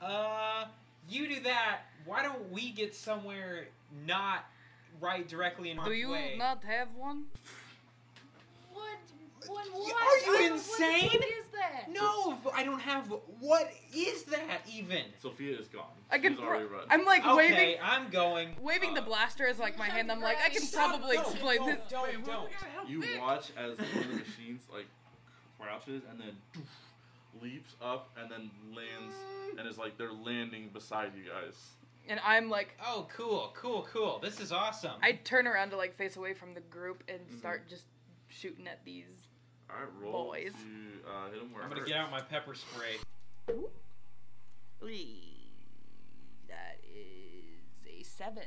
D: Uh, you do that. Why don't we get somewhere not right directly in
A: Do
D: harm's
A: you
D: way?
A: not have one?
E: What? What?
D: Y-
E: What?
D: are you
E: I don't-
D: insane?
E: What the fuck is that?
D: No, I don't have. What is that even?
B: Sophia is gone.
A: I can.
B: She's already
A: pro-
B: run.
A: I'm like
D: okay,
A: waving,
D: I'm going.
A: waving the
B: Uh,
A: blaster as like my hand. I'm like, I can
E: Stop,
A: probably
D: no,
A: explain
D: no,
A: this.
D: Don't,
G: Wait,
D: don't.
G: we gotta help
B: you
G: Vic.
B: watch as one of the machines like crouches and then doof, leaps up and then lands and is like they're landing beside you guys.
A: And I'm like,
D: Oh, cool, cool, cool. This is awesome.
A: I turn around to like face away from the group and
B: Mhm.
A: start just shooting at these.
B: All right, roll
A: Boys.
B: to uh, hit them where
D: I'm
B: it
D: gonna
B: hurts.
D: get out my pepper spray.
A: That is a seven.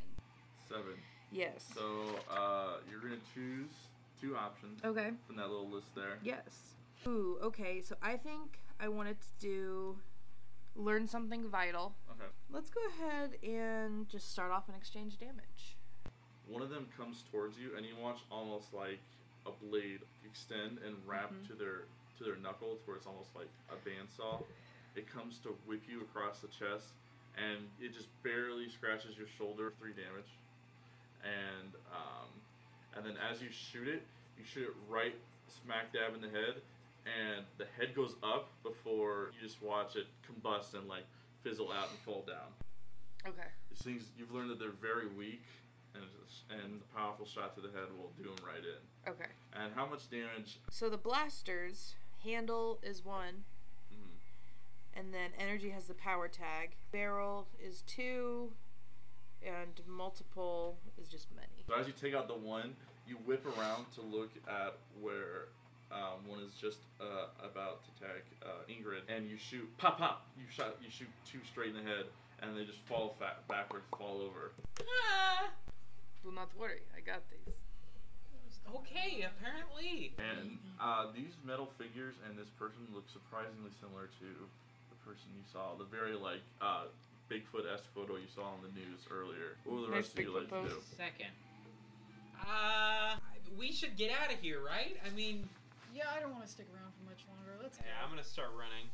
B: seven.
A: Yes.
B: So uh, you're gonna choose two options
A: Okay.
B: from that little list there.
A: Yes. Ooh, okay. So I think I wanted to do learn something vital.
B: Okay.
A: Let's go ahead and just start off and exchange damage.
B: One of them comes towards you and you watch almost like a blade extend and wrap to their to their knuckle to where it's almost like a bandsaw. It comes to whip you across the chest and it just barely scratches your shoulder three damage. And um, and then as you shoot it, you shoot it right smack dab in the head and the head goes up before you just watch it combust and like fizzle out and fall down.
A: Okay.
B: These things you've learned that they're very weak, and and the powerful shot to the head will do them right in.
A: Okay.
B: And how much damage?
A: So the blasters handle is one,
B: Mm,
A: and then energy has the power tag. Barrel is two, and multiple is just many.
B: so as you take out the one, you whip around to look at where um, one is just uh, about to attack uh, Ingrid, and you shoot pop pop. You shot you shoot two straight in the head, and they just fall fat backwards, fall over.
A: Do not worry, I got these.
D: Okay, apparently.
B: And uh, these metal figures and this person look surprisingly similar to the person you saw, the very like uh, Bigfoot esque photo you saw on the news earlier. What would the
A: Nice
B: rest of you like
A: Bigfoot
B: to do?
A: pose.
D: Second. Uh, we should get out of here, right? I mean,
E: Yeah, I don't want to stick around for much longer. Let's
D: yeah,
E: go.
D: I'm gonna start running.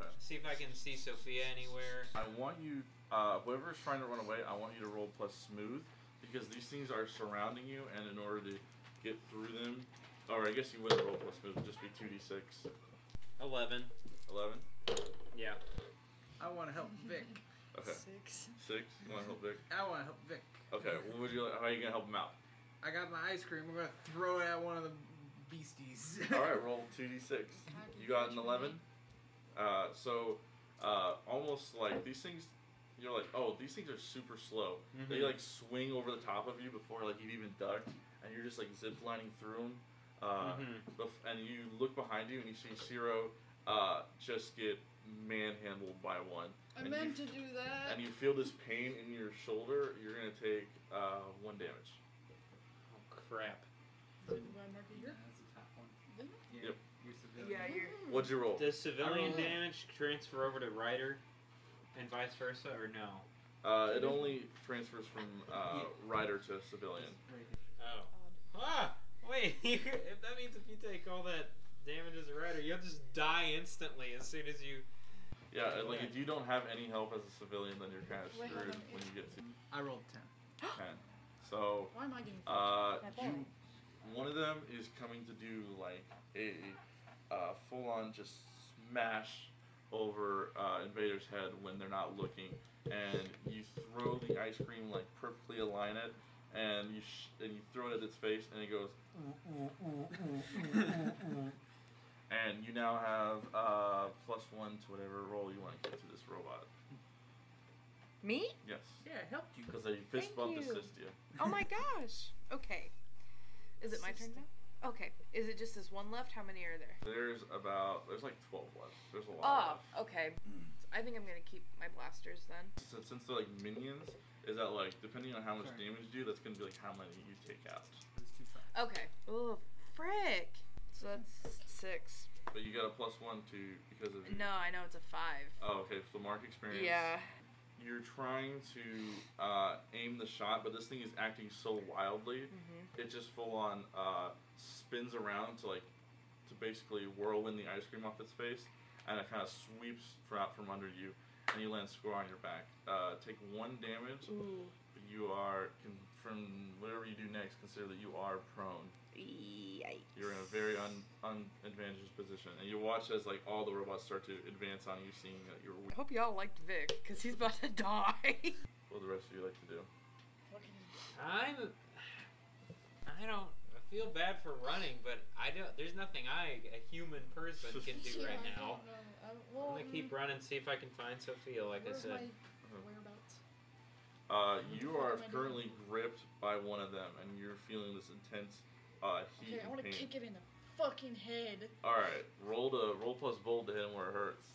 B: Okay.
D: See if I can see Sophia anywhere.
B: I want you, uh, whoever's trying to run away, I want you to roll plus smooth because these things are surrounding you, and in order to get through them, or I guess you wouldn't roll plus smooth, it'd just be 2d6.
D: Eleven.
B: 11?
D: Yeah.
G: I want to help Vic.
B: Okay.
E: Six.
B: 6? You want to help Vic?
G: I want to help Vic.
B: Okay, what would you like? How are you going to help him out?
G: I got my ice cream. I'm gonna throw it at one of the beasties.
B: Alright, roll 2d6. You got an 11? Uh, so, uh, almost like these things, you're like, oh, these things are super slow.
D: Mm-hmm.
B: They like swing over the top of you before like you've even ducked, and you're just like ziplining through them. Uh,
D: Mm-hmm.
B: bef- and you look behind you and you see Ciro uh, just get manhandled by one,
E: I
B: And
E: meant to
B: you-
E: do that.
B: and you feel this pain in your shoulder. You're gonna take uh, one damage.
D: Oh, crap.
E: Did I mark it
H: Yeah,
E: here? Mm.
H: that's a top one.
E: Didn't
H: Yeah,
B: Yep.
H: You're
A: Yeah,
H: civilian.
A: you're.
B: What'd you roll?
D: Does
H: I rolled-
D: civilian damage transfer over to Ryder and vice versa, or no?
B: Uh, it only transfers from uh, rider to civilian.
H: Right
D: Oh. Ah! Wait, if that means if you take all that damage as a Ryder, you'll just die instantly as soon as you.
B: Yeah, and, like if you don't have any help as a civilian, then you're kind of
E: Wait, hold
B: screwed
E: on.
B: when you get to
G: I rolled ten.
B: ten. So.
E: Why am I getting?
B: Uh,
A: Not
B: you, one of them is coming to do like a uh, full-on just smash over uh, Invader's head when they're not looking, and you throw the ice cream like perfectly align it, and you sh- and you throw it at its face, and it goes. And you now have uh, plus one to whatever roll you want to get to this robot.
A: Me?
B: Yes,
G: Yeah, it helped you.
B: because they fist
A: Thank
B: bumped
A: you.
B: Assistia.
A: Oh my gosh. Okay. Is it my turn now? Okay. Is it just this one left? How many are there?
B: There's about there's like twelve left. There's a lot.
A: Oh,
B: left. Hmm.
A: okay. I think I'm gonna keep my blasters then.
B: So since they're like minions, is that like depending on how much
G: Sorry.
B: damage you do, that's gonna be like how many you take out.
G: It's too fast.
A: Okay. Oh, frick. So that's six.
B: But you got a plus one to because of your-
A: No, I know it's a five.
B: Oh, okay. So mark experience.
A: Yeah.
B: You're trying to uh, aim the shot, but this thing is acting so wildly,
A: Mm-hmm.
B: it just full on uh, spins around to like to basically whirlwind the ice cream off its face, and it kind of sweeps fr- out from under you, and you land square on your back. Uh, take one damage. but You are con- from whatever you do next. Consider that you are prone.
A: Yikes.
B: You're in a very un unadvantageous position, and you watch as like all the robots start to advance on you, seeing that you're weak.
A: I hope y'all liked Vic, because he's about to die.
B: What do the rest of you like to do?
E: Fucking
D: I'm. I don't. I feel bad for running, but I don't. There's nothing I, a human person, can do
E: yeah,
D: right
E: I
D: now.
E: don't know. I,
D: I'm
E: well, mm,
D: gonna keep running, see if I can find Sophia. Like I
E: where's
D: said,
B: Uh-huh.
E: my whereabouts?
B: Uh,
E: What
B: you
E: the fuck
B: are
E: am I doing?
B: currently gripped by one of them, and you're feeling this intense uh, heat
E: Okay, I want
B: and pain.
E: to kick it in the fucking head.
B: All right, roll to roll plus bold to hit him where it hurts.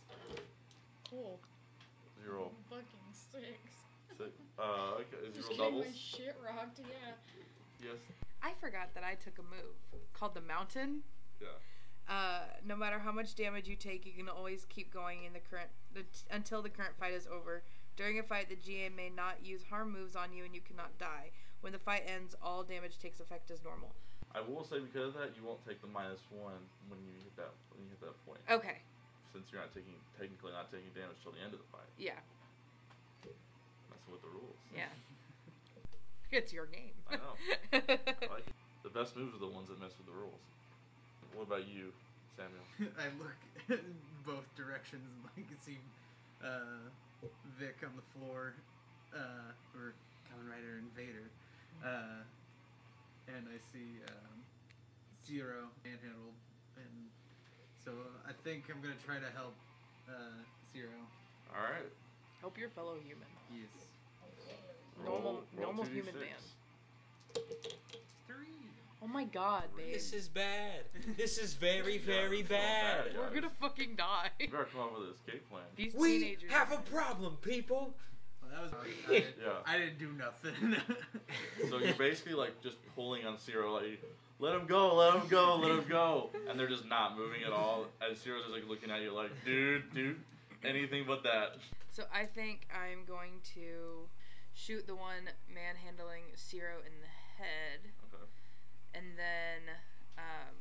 E: Cool.
B: Zero.
E: Fucking six.
B: So, uh, okay, is
E: Just
B: roll
E: getting my
B: doubles?
E: shit rocked. Yeah.
B: Yes.
A: I forgot that I took a move called the Mountain.
B: Yeah.
A: Uh, no matter how much damage you take, you can always keep going in the current the, until the current fight is over. During a fight, the GM may not use harm moves on you, and you cannot die. When the fight ends, all damage takes effect as normal.
B: I will say because of that, you won't take the minus one when you hit that when you hit that point,
A: Okay,
B: since you're not taking technically not taking damage till the end of the fight.
A: yeah,
B: That's with the rules.
A: yeah. it's your game.
B: I know. I like it. The best moves are the ones that mess with the rules. What about you, Samuel?
G: I look in both directions and I can see uh, Vic on the floor, uh, or Kamen Rider and Vader, uh, and I see um, Zero manhandled, and so I think I'm gonna try to help uh, Zero.
B: All right.
A: Help your fellow human.
G: Yes.
A: Normal-
B: roll
A: normal
B: 2d6.
A: human man.
G: Three.
A: Oh my god, babe.
D: this is bad. This is very,
B: Yeah,
D: very
B: it's all bad,
D: bad.
B: yeah.
A: We're gonna fucking die.
B: You better come up with an escape plan.
A: These
D: We
A: teenagers.
D: have a problem, people.
G: Well, that was I, didn't,
B: Yeah.
G: I didn't do nothing.
B: So you're basically like just pulling on Zero, like let him go, let him go, let him go, and they're just not moving at all. And Zero's just like looking at you, like dude, dude, anything but that.
A: So I think I'm going to shoot the one manhandling Ciro in the head,
B: Okay.
A: and then um,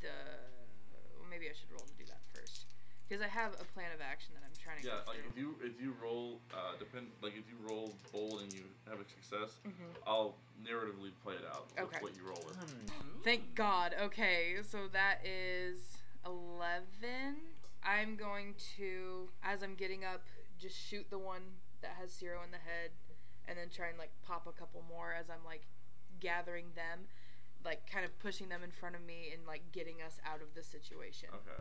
A: the well, maybe I should roll to do that first because I have a plan of action that I'm trying to
B: Yeah,
A: go
B: like if
A: through.
B: you if you roll uh depend like if you roll bold and you have a success,
A: Mhm.
B: I'll narratively play it out with
A: Okay.
B: what you roll with.
A: Thank God. Okay, so that is eleven. I'm going to, as I'm getting up, just shoot the one that has Ciro in the head, and then try and like pop a couple more as I'm like gathering them, like kind of pushing them in front of me and like getting us out of the situation.
B: Okay.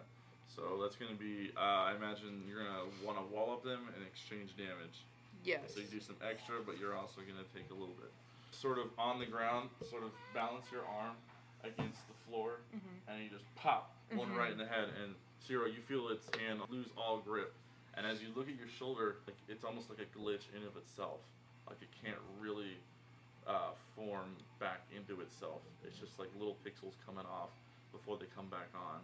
B: So that's gonna be uh, I imagine you're gonna wanna wall up them and exchange damage.
A: Yes.
B: So you do some extra, but you're also gonna take a little bit. Sort of on the ground, sort of balance your arm against the floor, and you just pop one right in the head. And Ciro, you feel its hand lose all grip, and as you look at your shoulder, like, it's almost like a glitch in of itself. Like it can't really uh, form back into itself. It's just like little pixels coming off before they come back on.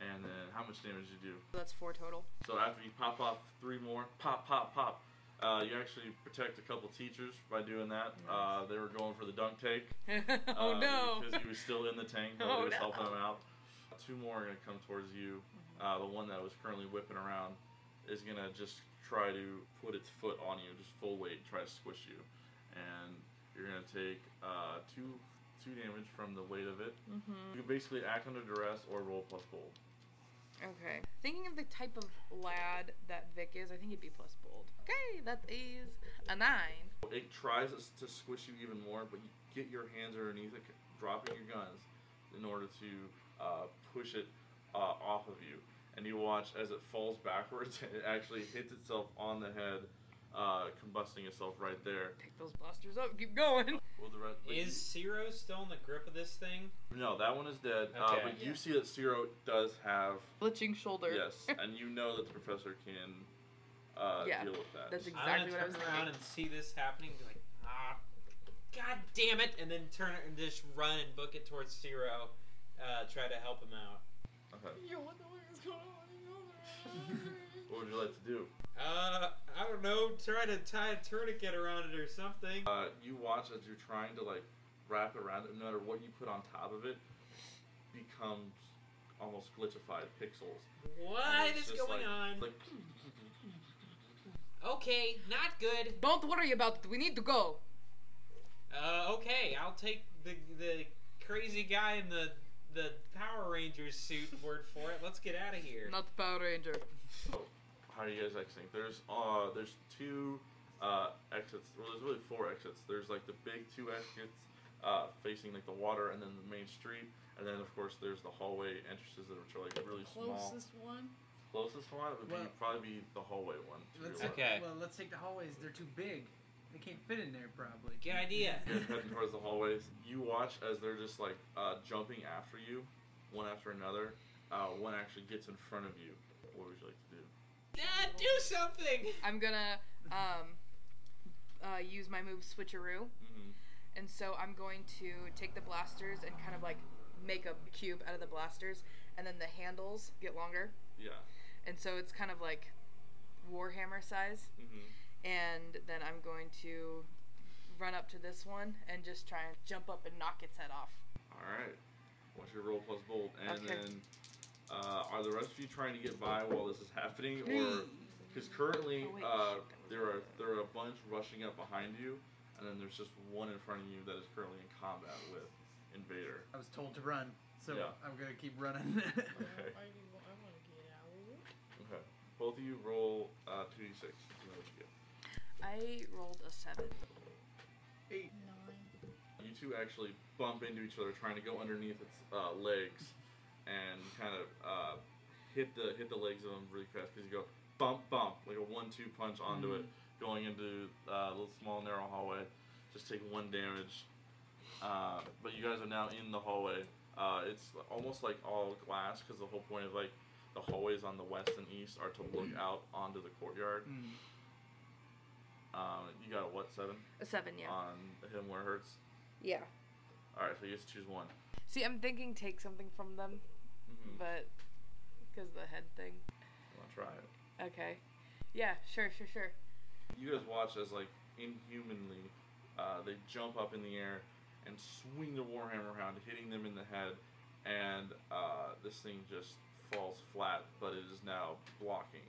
B: And then how much damage you do?
A: That's four total.
B: So after you pop off three more, pop, pop, pop, uh, you actually protect a couple teachers by doing that. Uh, they were going for the dunk take.
A: oh
B: uh,
A: no.
B: Because he was still in the tank, but
A: Oh,
B: we was
A: no. Mm-hmm.
B: helping him out. Two more are going to come towards you. Uh, the one that was currently whipping around is going to just try to put its foot on you, just full weight, try to squish you. And you're going to take uh, two
A: Mm.
B: Mm-hmm. two damage from the weight of it. You can basically act under duress or roll plus bold.
A: Okay. Thinking of the type of lad that Vic is, I think he'd be plus bold. Okay, that is a nine.
B: It tries us to squish you even more, but you get your hands underneath it, dropping your guns in order to uh, push it uh, off of you. And you watch as it falls backwards and it actually hits itself on the head, uh, combusting itself right there.
A: Pick those blasters up. Keep going.
B: Will the red, but you-
D: Is Ciro still in the grip of this thing?
B: no, that one is dead. Uh,
D: Okay.
B: but
E: Yeah.
B: you see that Zero does have
A: Glitching shoulder.
B: yes, and you know that the professor can uh,
A: Yeah,
B: deal with that.
A: that's ex-
D: I'm
A: Exactly
D: gonna
A: what I
D: turn
A: was
D: around and see this happening. And be like, ah, god damn it! And then turn it and just run and book it towards Ciro. Uh, try to help him out.
B: okay.
E: You don't know what is going on in your life.
B: What would you like to do?
D: Uh, I don't know. Try to tie a tourniquet around it or something.
B: Uh, you watch as you're trying to like wrap it around it. No matter what you put on top of it, becomes almost glitchified pixels.
D: What
B: And it's
D: is
B: just
D: going
B: like-
D: on?
B: Like,
D: Okay, not good.
A: Don't worry about it. We need to go.
D: Uh, okay, I'll take the the crazy guy in the the Power Rangers suit word for it. Let's get out of here.
A: Not Power Ranger.
B: how do you guys exiting? There's uh, there's two uh exits. Well, there's really four exits. There's like the big two exits uh, facing like the water, and then the main street, and then of course there's the hallway entrances that which are like really small.
E: Closest one.
B: Closest one would
G: Well-
B: be probably be the hallway one. to
G: Let's,
B: your left.
D: Okay.
G: Well, let's take the hallways. They're too big. They can't fit in there, probably.
D: Good idea.
B: You're heading towards the hallways. You watch as they're just like uh, jumping after you, one after another. Uh, one actually gets in front of you. What would you like to do?
D: Ah, do something.
A: I'm gonna um, uh, use my move switcheroo,
B: Mm-hmm.
A: and so I'm going to take the blasters and kind of like make a cube out of the blasters, and then the handles get longer,
B: Yeah.
A: and so it's kind of like warhammer size.
B: Mm-hmm.
A: And then I'm going to run up to this one and just try and jump up and knock its head off.
B: All right. What's your roll plus bolt? And
A: Okay.
B: then, uh, are the rest of you trying to get by while this is happening, or because
A: Oh,
B: currently
A: wait,
B: uh,
A: shit, that
B: there are there are a bunch rushing up behind you, and then there's just one in front of you that is currently in combat with Invader.
G: I was told to run, so
B: Yeah.
G: I'm gonna keep running.
E: I,
B: Okay.
E: I, want to get out.
B: Okay. Both of you roll uh, 2d6. You know what you get.
A: I rolled a seven.
G: Eight.
E: Nine.
B: You two actually bump into each other, trying to go underneath its uh, legs, and kind of uh, hit the hit the legs of them really fast because you go bump bump like a one-two punch onto it, going into uh, a little small narrow hallway. Just take one damage, uh, but you guys are now in the hallway. Uh, it's almost like all glass because the whole point of like the hallways on the west and east are to look out onto the courtyard.
G: Mm.
B: Um, you got a what seven
A: A seven, yeah.
B: on him where it hurts.
A: yeah.
B: All right, so you just choose one.
A: See, I'm thinking take something from them,
B: Mhm.
A: but because the head thing.
B: I'll try it.
A: Okay. Yeah, sure, sure, sure.
B: You guys watch as like inhumanly, uh, they jump up in the air and swing the warhammer around, hitting them in the head, and uh, this thing just falls flat. But it is now blocking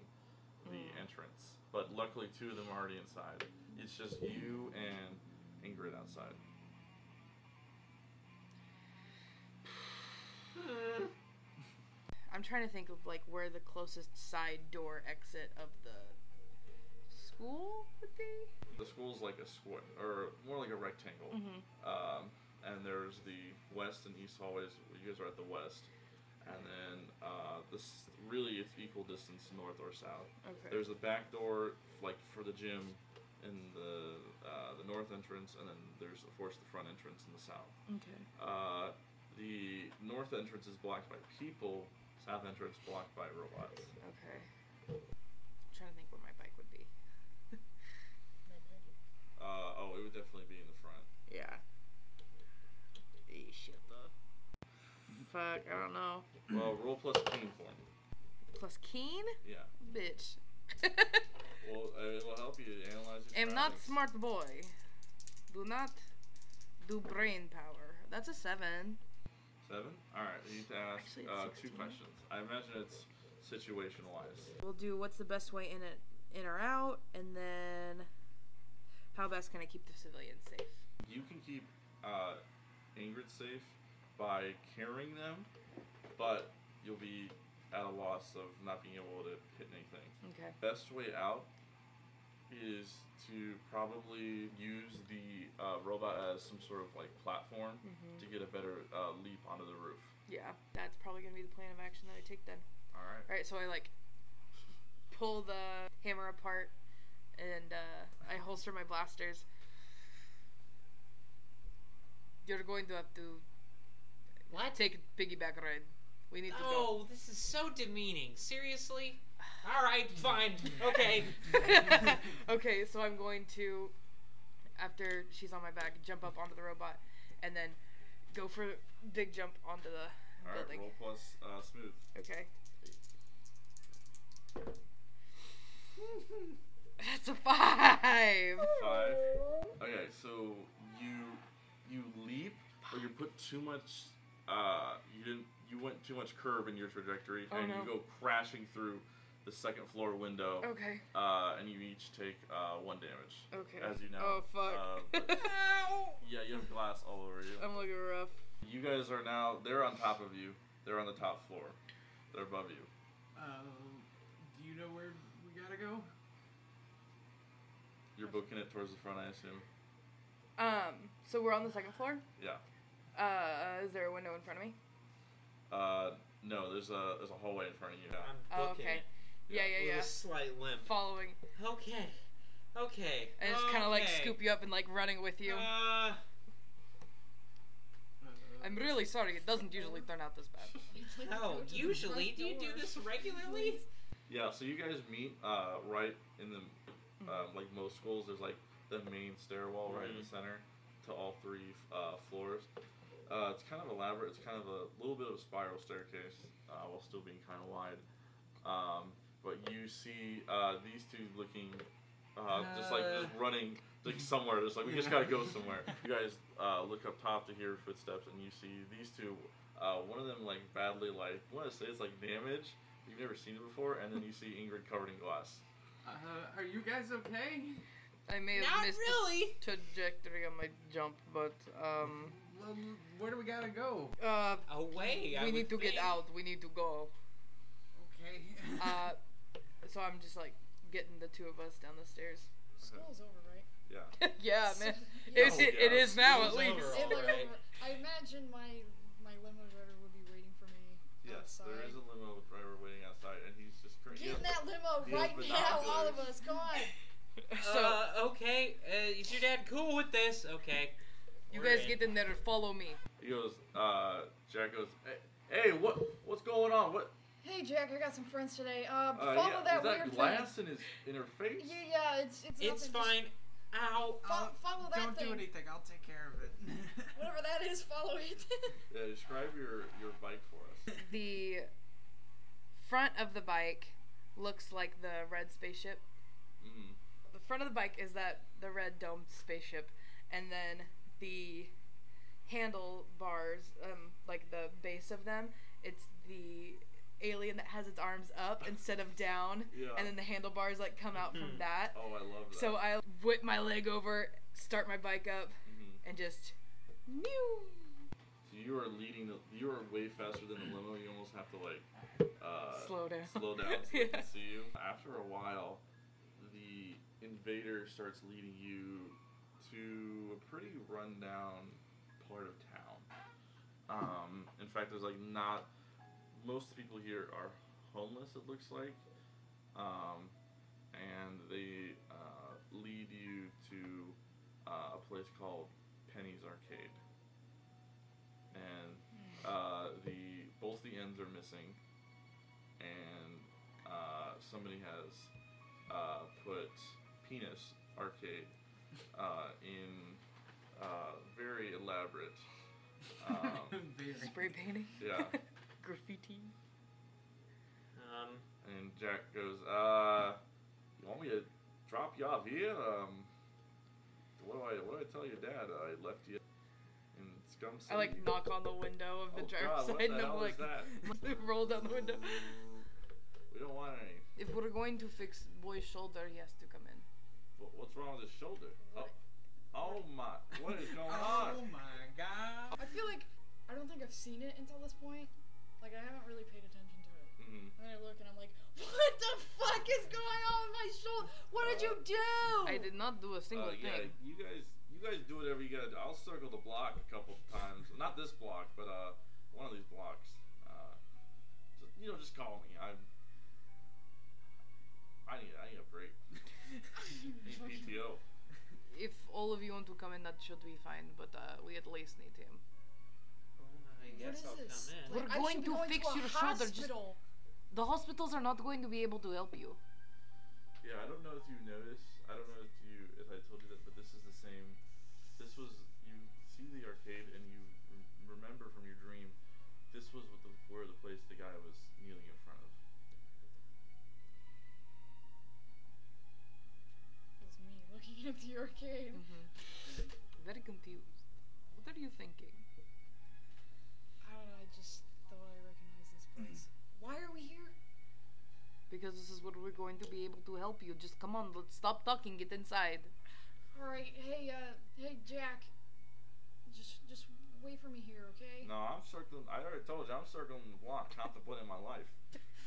B: the entrance. But luckily, two of them are already inside. It's just you and Ingrid outside.
A: I'm trying to think of like where the closest side door exit of the school would be.
B: The school's like a square, or more like a rectangle.
A: Mm-hmm.
B: Um, and there's the west and east hallways. You guys are at the west, and then uh, this really it's equal distance north or south.
A: Okay.
B: There's the back door, like for the gym, in the uh, the north entrance, and then there's of course the front entrance in the south.
A: Okay.
B: Uh, the north entrance is blocked by people. South entrance blocked by robots.
A: Okay. I'm trying to think where my bike would be.
B: Uh, oh, it would definitely be in the front.
A: Yeah. Eh, shit though. Fuck, I don't know.
B: Well, roll plus team form.
A: Plus Keen,
B: Yeah.
A: bitch.
B: Well, uh, it'll help you analyze. Your
A: Am not
B: surroundings.
A: smart boy. Do not do brain power. That's a seven.
B: Seven. All right. You need to ask
A: Actually, it's
B: uh, two
A: 16.
B: questions. I imagine it's situation wise.
A: We'll do what's the best way in it in or out, and then how best can I keep the civilians safe?
B: You can keep uh, Ingrid safe by carrying them, but you'll be at a loss of not being able to hit anything.
A: Okay.
B: Best way out is to probably use the uh, robot as some sort of like platform to get a better uh, leap onto the roof.
A: Mm-hmm. Yeah, that's probably gonna be the plan of action that I take then.
B: All right.
A: All right, so I like pull the hammer apart and uh, I holster my blasters. You're going to have to
D: What?
A: take a piggyback ride. We need to go.
D: Oh, this is so demeaning. Seriously? All right, fine. Okay.
A: okay, so I'm going to, after she's on my back, jump up onto the robot and then go for big jump onto the
B: All right.
A: building.
B: Roll plus uh, smooth.
A: Okay. That's a five.
B: Five. Okay, so you you leap, but you put too much. Uh, you didn't. You went too much curve in your trajectory,
A: Oh,
B: and
A: no.
B: you go crashing through the second floor window.
A: Okay.
B: Uh, and you each take uh, one damage.
A: Oh. Okay.
B: As you
A: Oh
B: know.
A: fuck. Oh.
B: uh, Yeah, you have glass all over you.
A: I'm looking rough.
B: You guys are now. They're on top of you. They're on the top floor. They're above you.
G: Uh, do you know where we gotta go?
B: You're booking it towards the front, I assume.
A: Um. So we're on the second floor.
B: Yeah.
A: Uh, is there a window in front of me?
B: Uh, no, there's a there's a hallway in front of you now.
D: I'm
A: Oh,
D: booking
A: okay.
D: it
A: Yeah, yeah, yeah.
D: with a slight limp.
A: Following,
D: Okay. Okay.
A: and it's kind of like
D: okay.
A: scoop you up and like running with you.
D: Uh,
G: Uh,
A: I'm really sorry. It doesn't usually turn out this bad.
E: It's like
D: no,
E: go to the
D: usually.
E: front
D: Do you do
E: door.
D: this regularly?
B: Yeah, so you guys meet uh, right in the um, like most schools. There's like the main stairwell right in the center to all three uh, floors. Uh, it's kind of elaborate. It's kind of a little bit of a spiral staircase uh, while still being kind of wide. Um, but you see uh, these two looking uh, just like just running like somewhere. Just like we just gotta go somewhere. You guys uh, look up top to hear footsteps, and you see these two. Uh, one of them like badly like I want to say it's like damaged. You've never seen it before, and then you see Ingrid covered in glass.
G: uh, are you guys okay?
A: I may have
D: Not
A: missed
D: really.
A: the trajectory on my jump, but um.
G: Well, where do we gotta go?
A: Uh,
D: Away. Oh, I
A: we need to
D: would think.
A: get out. We need to go.
G: Okay.
A: Uh, so I'm just like getting the two of us down the stairs.
E: School's over, right?
B: Yeah.
A: yeah, man.
E: Yeah.
A: It's, it, it is now at
D: School's
A: least.
D: over.
E: If they're
D: Alright.
E: over- I imagine my my limo driver would be waiting for me
B: Yes,
E: outside.
B: there is a limo driver waiting outside, and he's just crazy.
E: Get in that limo
B: he has
E: right now, all of
B: binoculars.
E: us. Come on.
A: So
D: uh, okay. Uh, is your dad cool with this? Okay.
A: you
D: We're
A: guys
D: in.
A: get in there and follow me.
B: He goes, uh, Jack goes, hey, hey, what, what's going on? What?
E: Hey Jack, I got some friends today. Um,
B: Uh, yeah,
E: follow that,
B: is that
E: weird
B: glass in his in her face?
E: thing. Yeah, yeah, it's it's.
D: It's
E: nothing, just
D: fine. Ow.
E: Fo-
G: I'll-
E: follow that
G: Don't
E: thing.
G: do anything. I'll take care of it.
E: Whatever that is, follow it.
B: Yeah, describe your your bike for us.
A: The front of the bike looks like the red spaceship.
B: Mm.
A: The front of the bike is that the red domed spaceship, and then the handlebars, um, like the base of them, it's the alien that has its arms up instead of down,
B: Yeah.
A: and then the handlebars like come out from that.
B: Oh, I love that.
A: So I whip my leg over, start my bike up,
B: Mhm.
A: and just mew.
B: So you are leading the. You are way faster than the limo. You almost have to like. Uh,
A: slow down.
B: slow down so they
A: yeah.
B: can see you. After a while, the invader starts leading you to a pretty rundown part of town. Um, in fact, there's like not most of the people here are homeless. It looks like, um, and they uh, lead you to uh, a place called Penny's Arcade, and
A: Hmm.
B: uh, the both the ends are missing and uh, somebody has uh, put penis arcade uh, in uh, very elaborate. Um,
G: Very.
A: Spray painting.
B: Yeah.
A: Graffiti.
D: Um.
B: and Jack goes, uh, "You want me to drop you off here? Um, what do I what do I tell your dad? I left you in Scum City."
A: I like knock on the window of the
B: Oh,
A: driver's
B: God, what
A: side
B: the
A: and I'm
B: hell is
A: like
B: that?
A: roll down the window.
B: We don't want any.
A: If we're going to fix boy's shoulder, he has to come in.
B: What, what's wrong with his shoulder? Oh, oh my! What is going on?
G: Oh my god.
E: I feel like I don't think I've seen it until this point. Like I haven't really paid attention to it.
B: Mm. Mm.
E: And I look and I'm like, what the fuck is going on with my shoulder? What did you do?
A: Uh, I did not do a single
B: Uh, yeah,
A: thing.
B: you guys, you guys do whatever you gotta do. I'll circle the block a couple of times. Not this block, but uh, one of these blocks. Uh, just, you know, just call me. I'm. I need, I need a break. need PTO.
A: If all of you want to come in, that should be fine. But uh, we at least need him.
D: I guess
E: what
D: I'll
E: is this?
D: come in.
A: We're
E: Like, I should
A: going
E: be
A: to fix
E: a
A: your shoulder, just-
E: hospital.
A: The hospitals are not going to be able to help you.
B: Yeah, I don't know if you noticed. I don't know if you, if I told you that, but this is the same. This was you see the arcade and you rem- remember from your dream. This was what the, where the place the guy was kneeling in front of.
E: It's me looking at the arcade.
A: Mm-hmm. Very confused. What are you thinking?
E: I don't know. I just thought I recognized this
A: Mm-hmm.
E: place. Why are we here?
A: Because this is what we're going to be able to help you. Just come on, let's stop talking. Get inside.
E: All right, hey, uh, hey, Jack. Just, just wait for me here, okay?
B: No, I'm circling. I already told you, I'm circling the block, not the point in my life.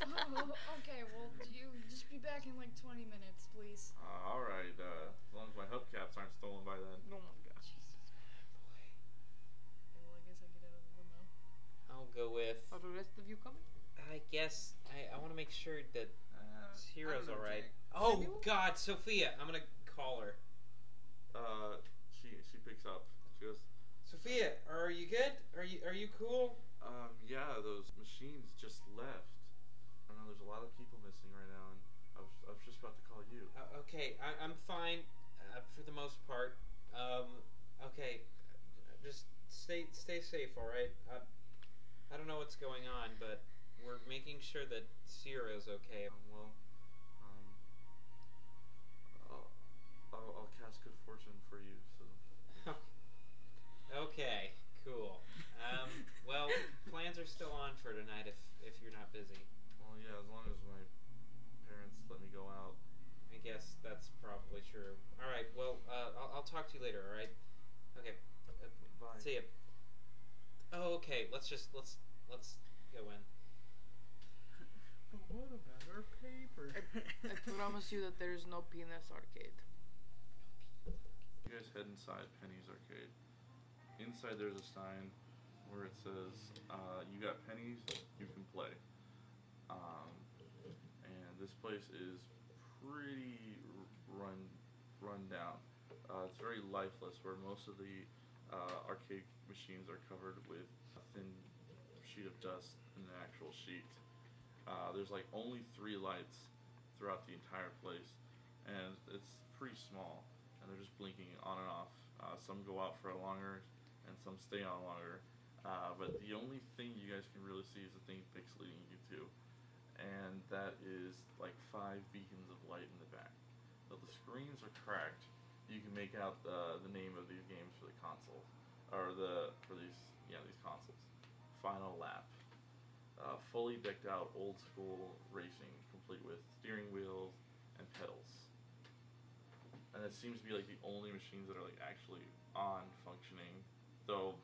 E: Oh, okay, well, you just be back in like 20 minutes, please.
B: Uh, all right. Uh, as long as my hubcaps aren't stolen by then.
A: Oh my god.
E: Jesus, boy. Okay, well, I guess I get out of the limo.
D: I'll go with.
A: Are the rest of you coming?
D: I guess I, I want to make sure that
H: Uh, I don't
D: Hero's
H: know,
D: alright.
H: Jack.
D: Oh God, Sophia! I'm gonna call her.
B: Uh, she she picks up. She goes,
D: Sophia, are you good? Are you are you cool?
B: um, yeah, those machines just left. I know there's a lot of people missing right now, and I was, I was just about to call you.
D: Uh, okay, I, I'm fine uh, for the most part. Um, okay, uh, just stay stay safe, all right? Uh, I don't know what's going on, but we're making sure that Sierra's okay.
B: Um, well, um, I'll, I'll I'll cast good fortune for you. So
D: okay, cool. Um, well, plans are still on for tonight if if you're not busy.
B: well, yeah, as long as my parents let me go out.
D: I guess that's probably true. All right, well, uh, I'll, I'll talk to you later, all right? Okay, uh,
B: Bye.
D: See ya. Oh, okay. Let's just let's let's go in.
G: But what about our paper?
A: I promise you that there is no penis arcade.
B: You guys head inside Penny's arcade. Inside there's a sign where it says, uh, "You got pennies, you can play." Um, and this place is pretty r- run run down. Uh, it's very lifeless, where most of the uh, arcade machines are covered with a thin sheet of dust and an actual sheet. Uh, there's like only three lights throughout the entire place, and it's pretty small and they're just blinking on and off. Uh, some go out for longer, and some stay on longer. Uh, but the only thing you guys can really see is the thing Pick's leading you to, and that is like five beacons of light in the back. Though the screens are cracked, you can make out the the name of these games for the console, or the for these yeah these consoles. Final lap. Uh, fully decked out old school racing, complete with steering wheels and pedals and it seems to be like the only machines that are like actually on functioning. Though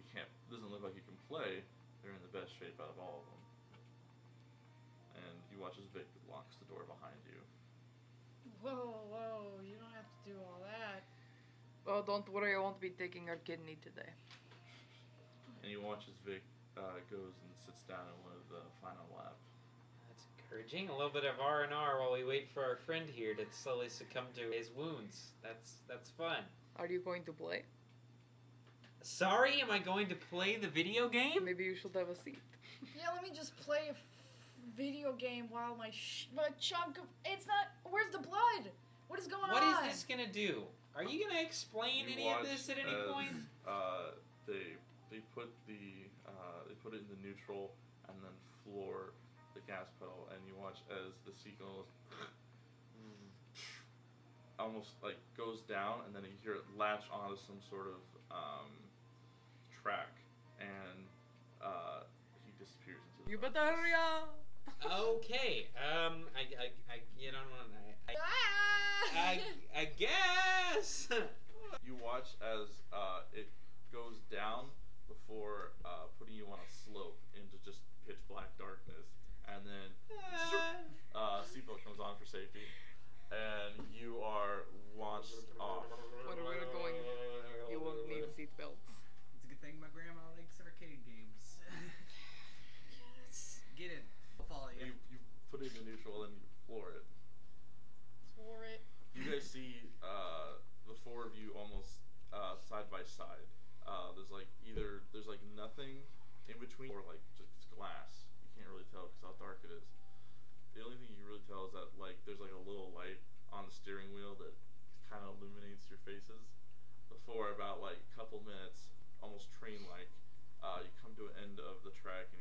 B: you can't doesn't look like you can play. They're in the best shape out of all of them. And you watch as Vic locks the door behind you.
E: Whoa, whoa, you don't have to do all that.
A: Oh, don't worry, I won't be taking our kidney today.
B: And you watch as Vic uh, goes and sits down in one of the final lap.
D: That's encouraging. A little bit of R and R while we wait for our friend here to slowly succumb to his wounds. That's that's fun.
A: Are you going to play?
D: Sorry, am I going to play the video game?
A: Maybe you should have a seat.
E: Yeah, let me just play a f- video game while my sh- my chunk of it's not. Where's the blood? What is going
D: What
E: on?
D: is this gonna do? Are you gonna explain
B: You
D: any of
B: watch
D: this at any
B: as,
D: point?
B: Uh, they they put the uh, they put it in the neutral and then floor the gas pedal, and you watch as the seagull almost like goes down, and then you hear it latch onto some sort of um, track, and uh, he disappears into. The
A: You better
B: darkness.
A: hurry up!
D: Oh. Okay. Um. I. I. I you don't want. I. I.
E: Ah!
D: I, I guess.
B: You watch as uh, it goes down before uh, putting you on a slope into just pitch black darkness, and then uh, seatbelt comes on for safety, and you are launched off.
A: What are we going? You won't need seatbelts.
G: It's a good thing my grandma likes arcade games.
E: Yes.
G: Get in. I'll follow
B: You,
G: you.
B: you put it in neutral and you floor it.
E: For it.
B: You guys see uh, the four of you almost uh, side by side. Uh, there's like either there's like nothing in between or like just glass. You can't really tell because how dark it is. The only thing you really tell is that like there's like a little light on the steering wheel that kind of illuminates your faces. Before about like a couple minutes, almost train like, uh, you come to an end of the track and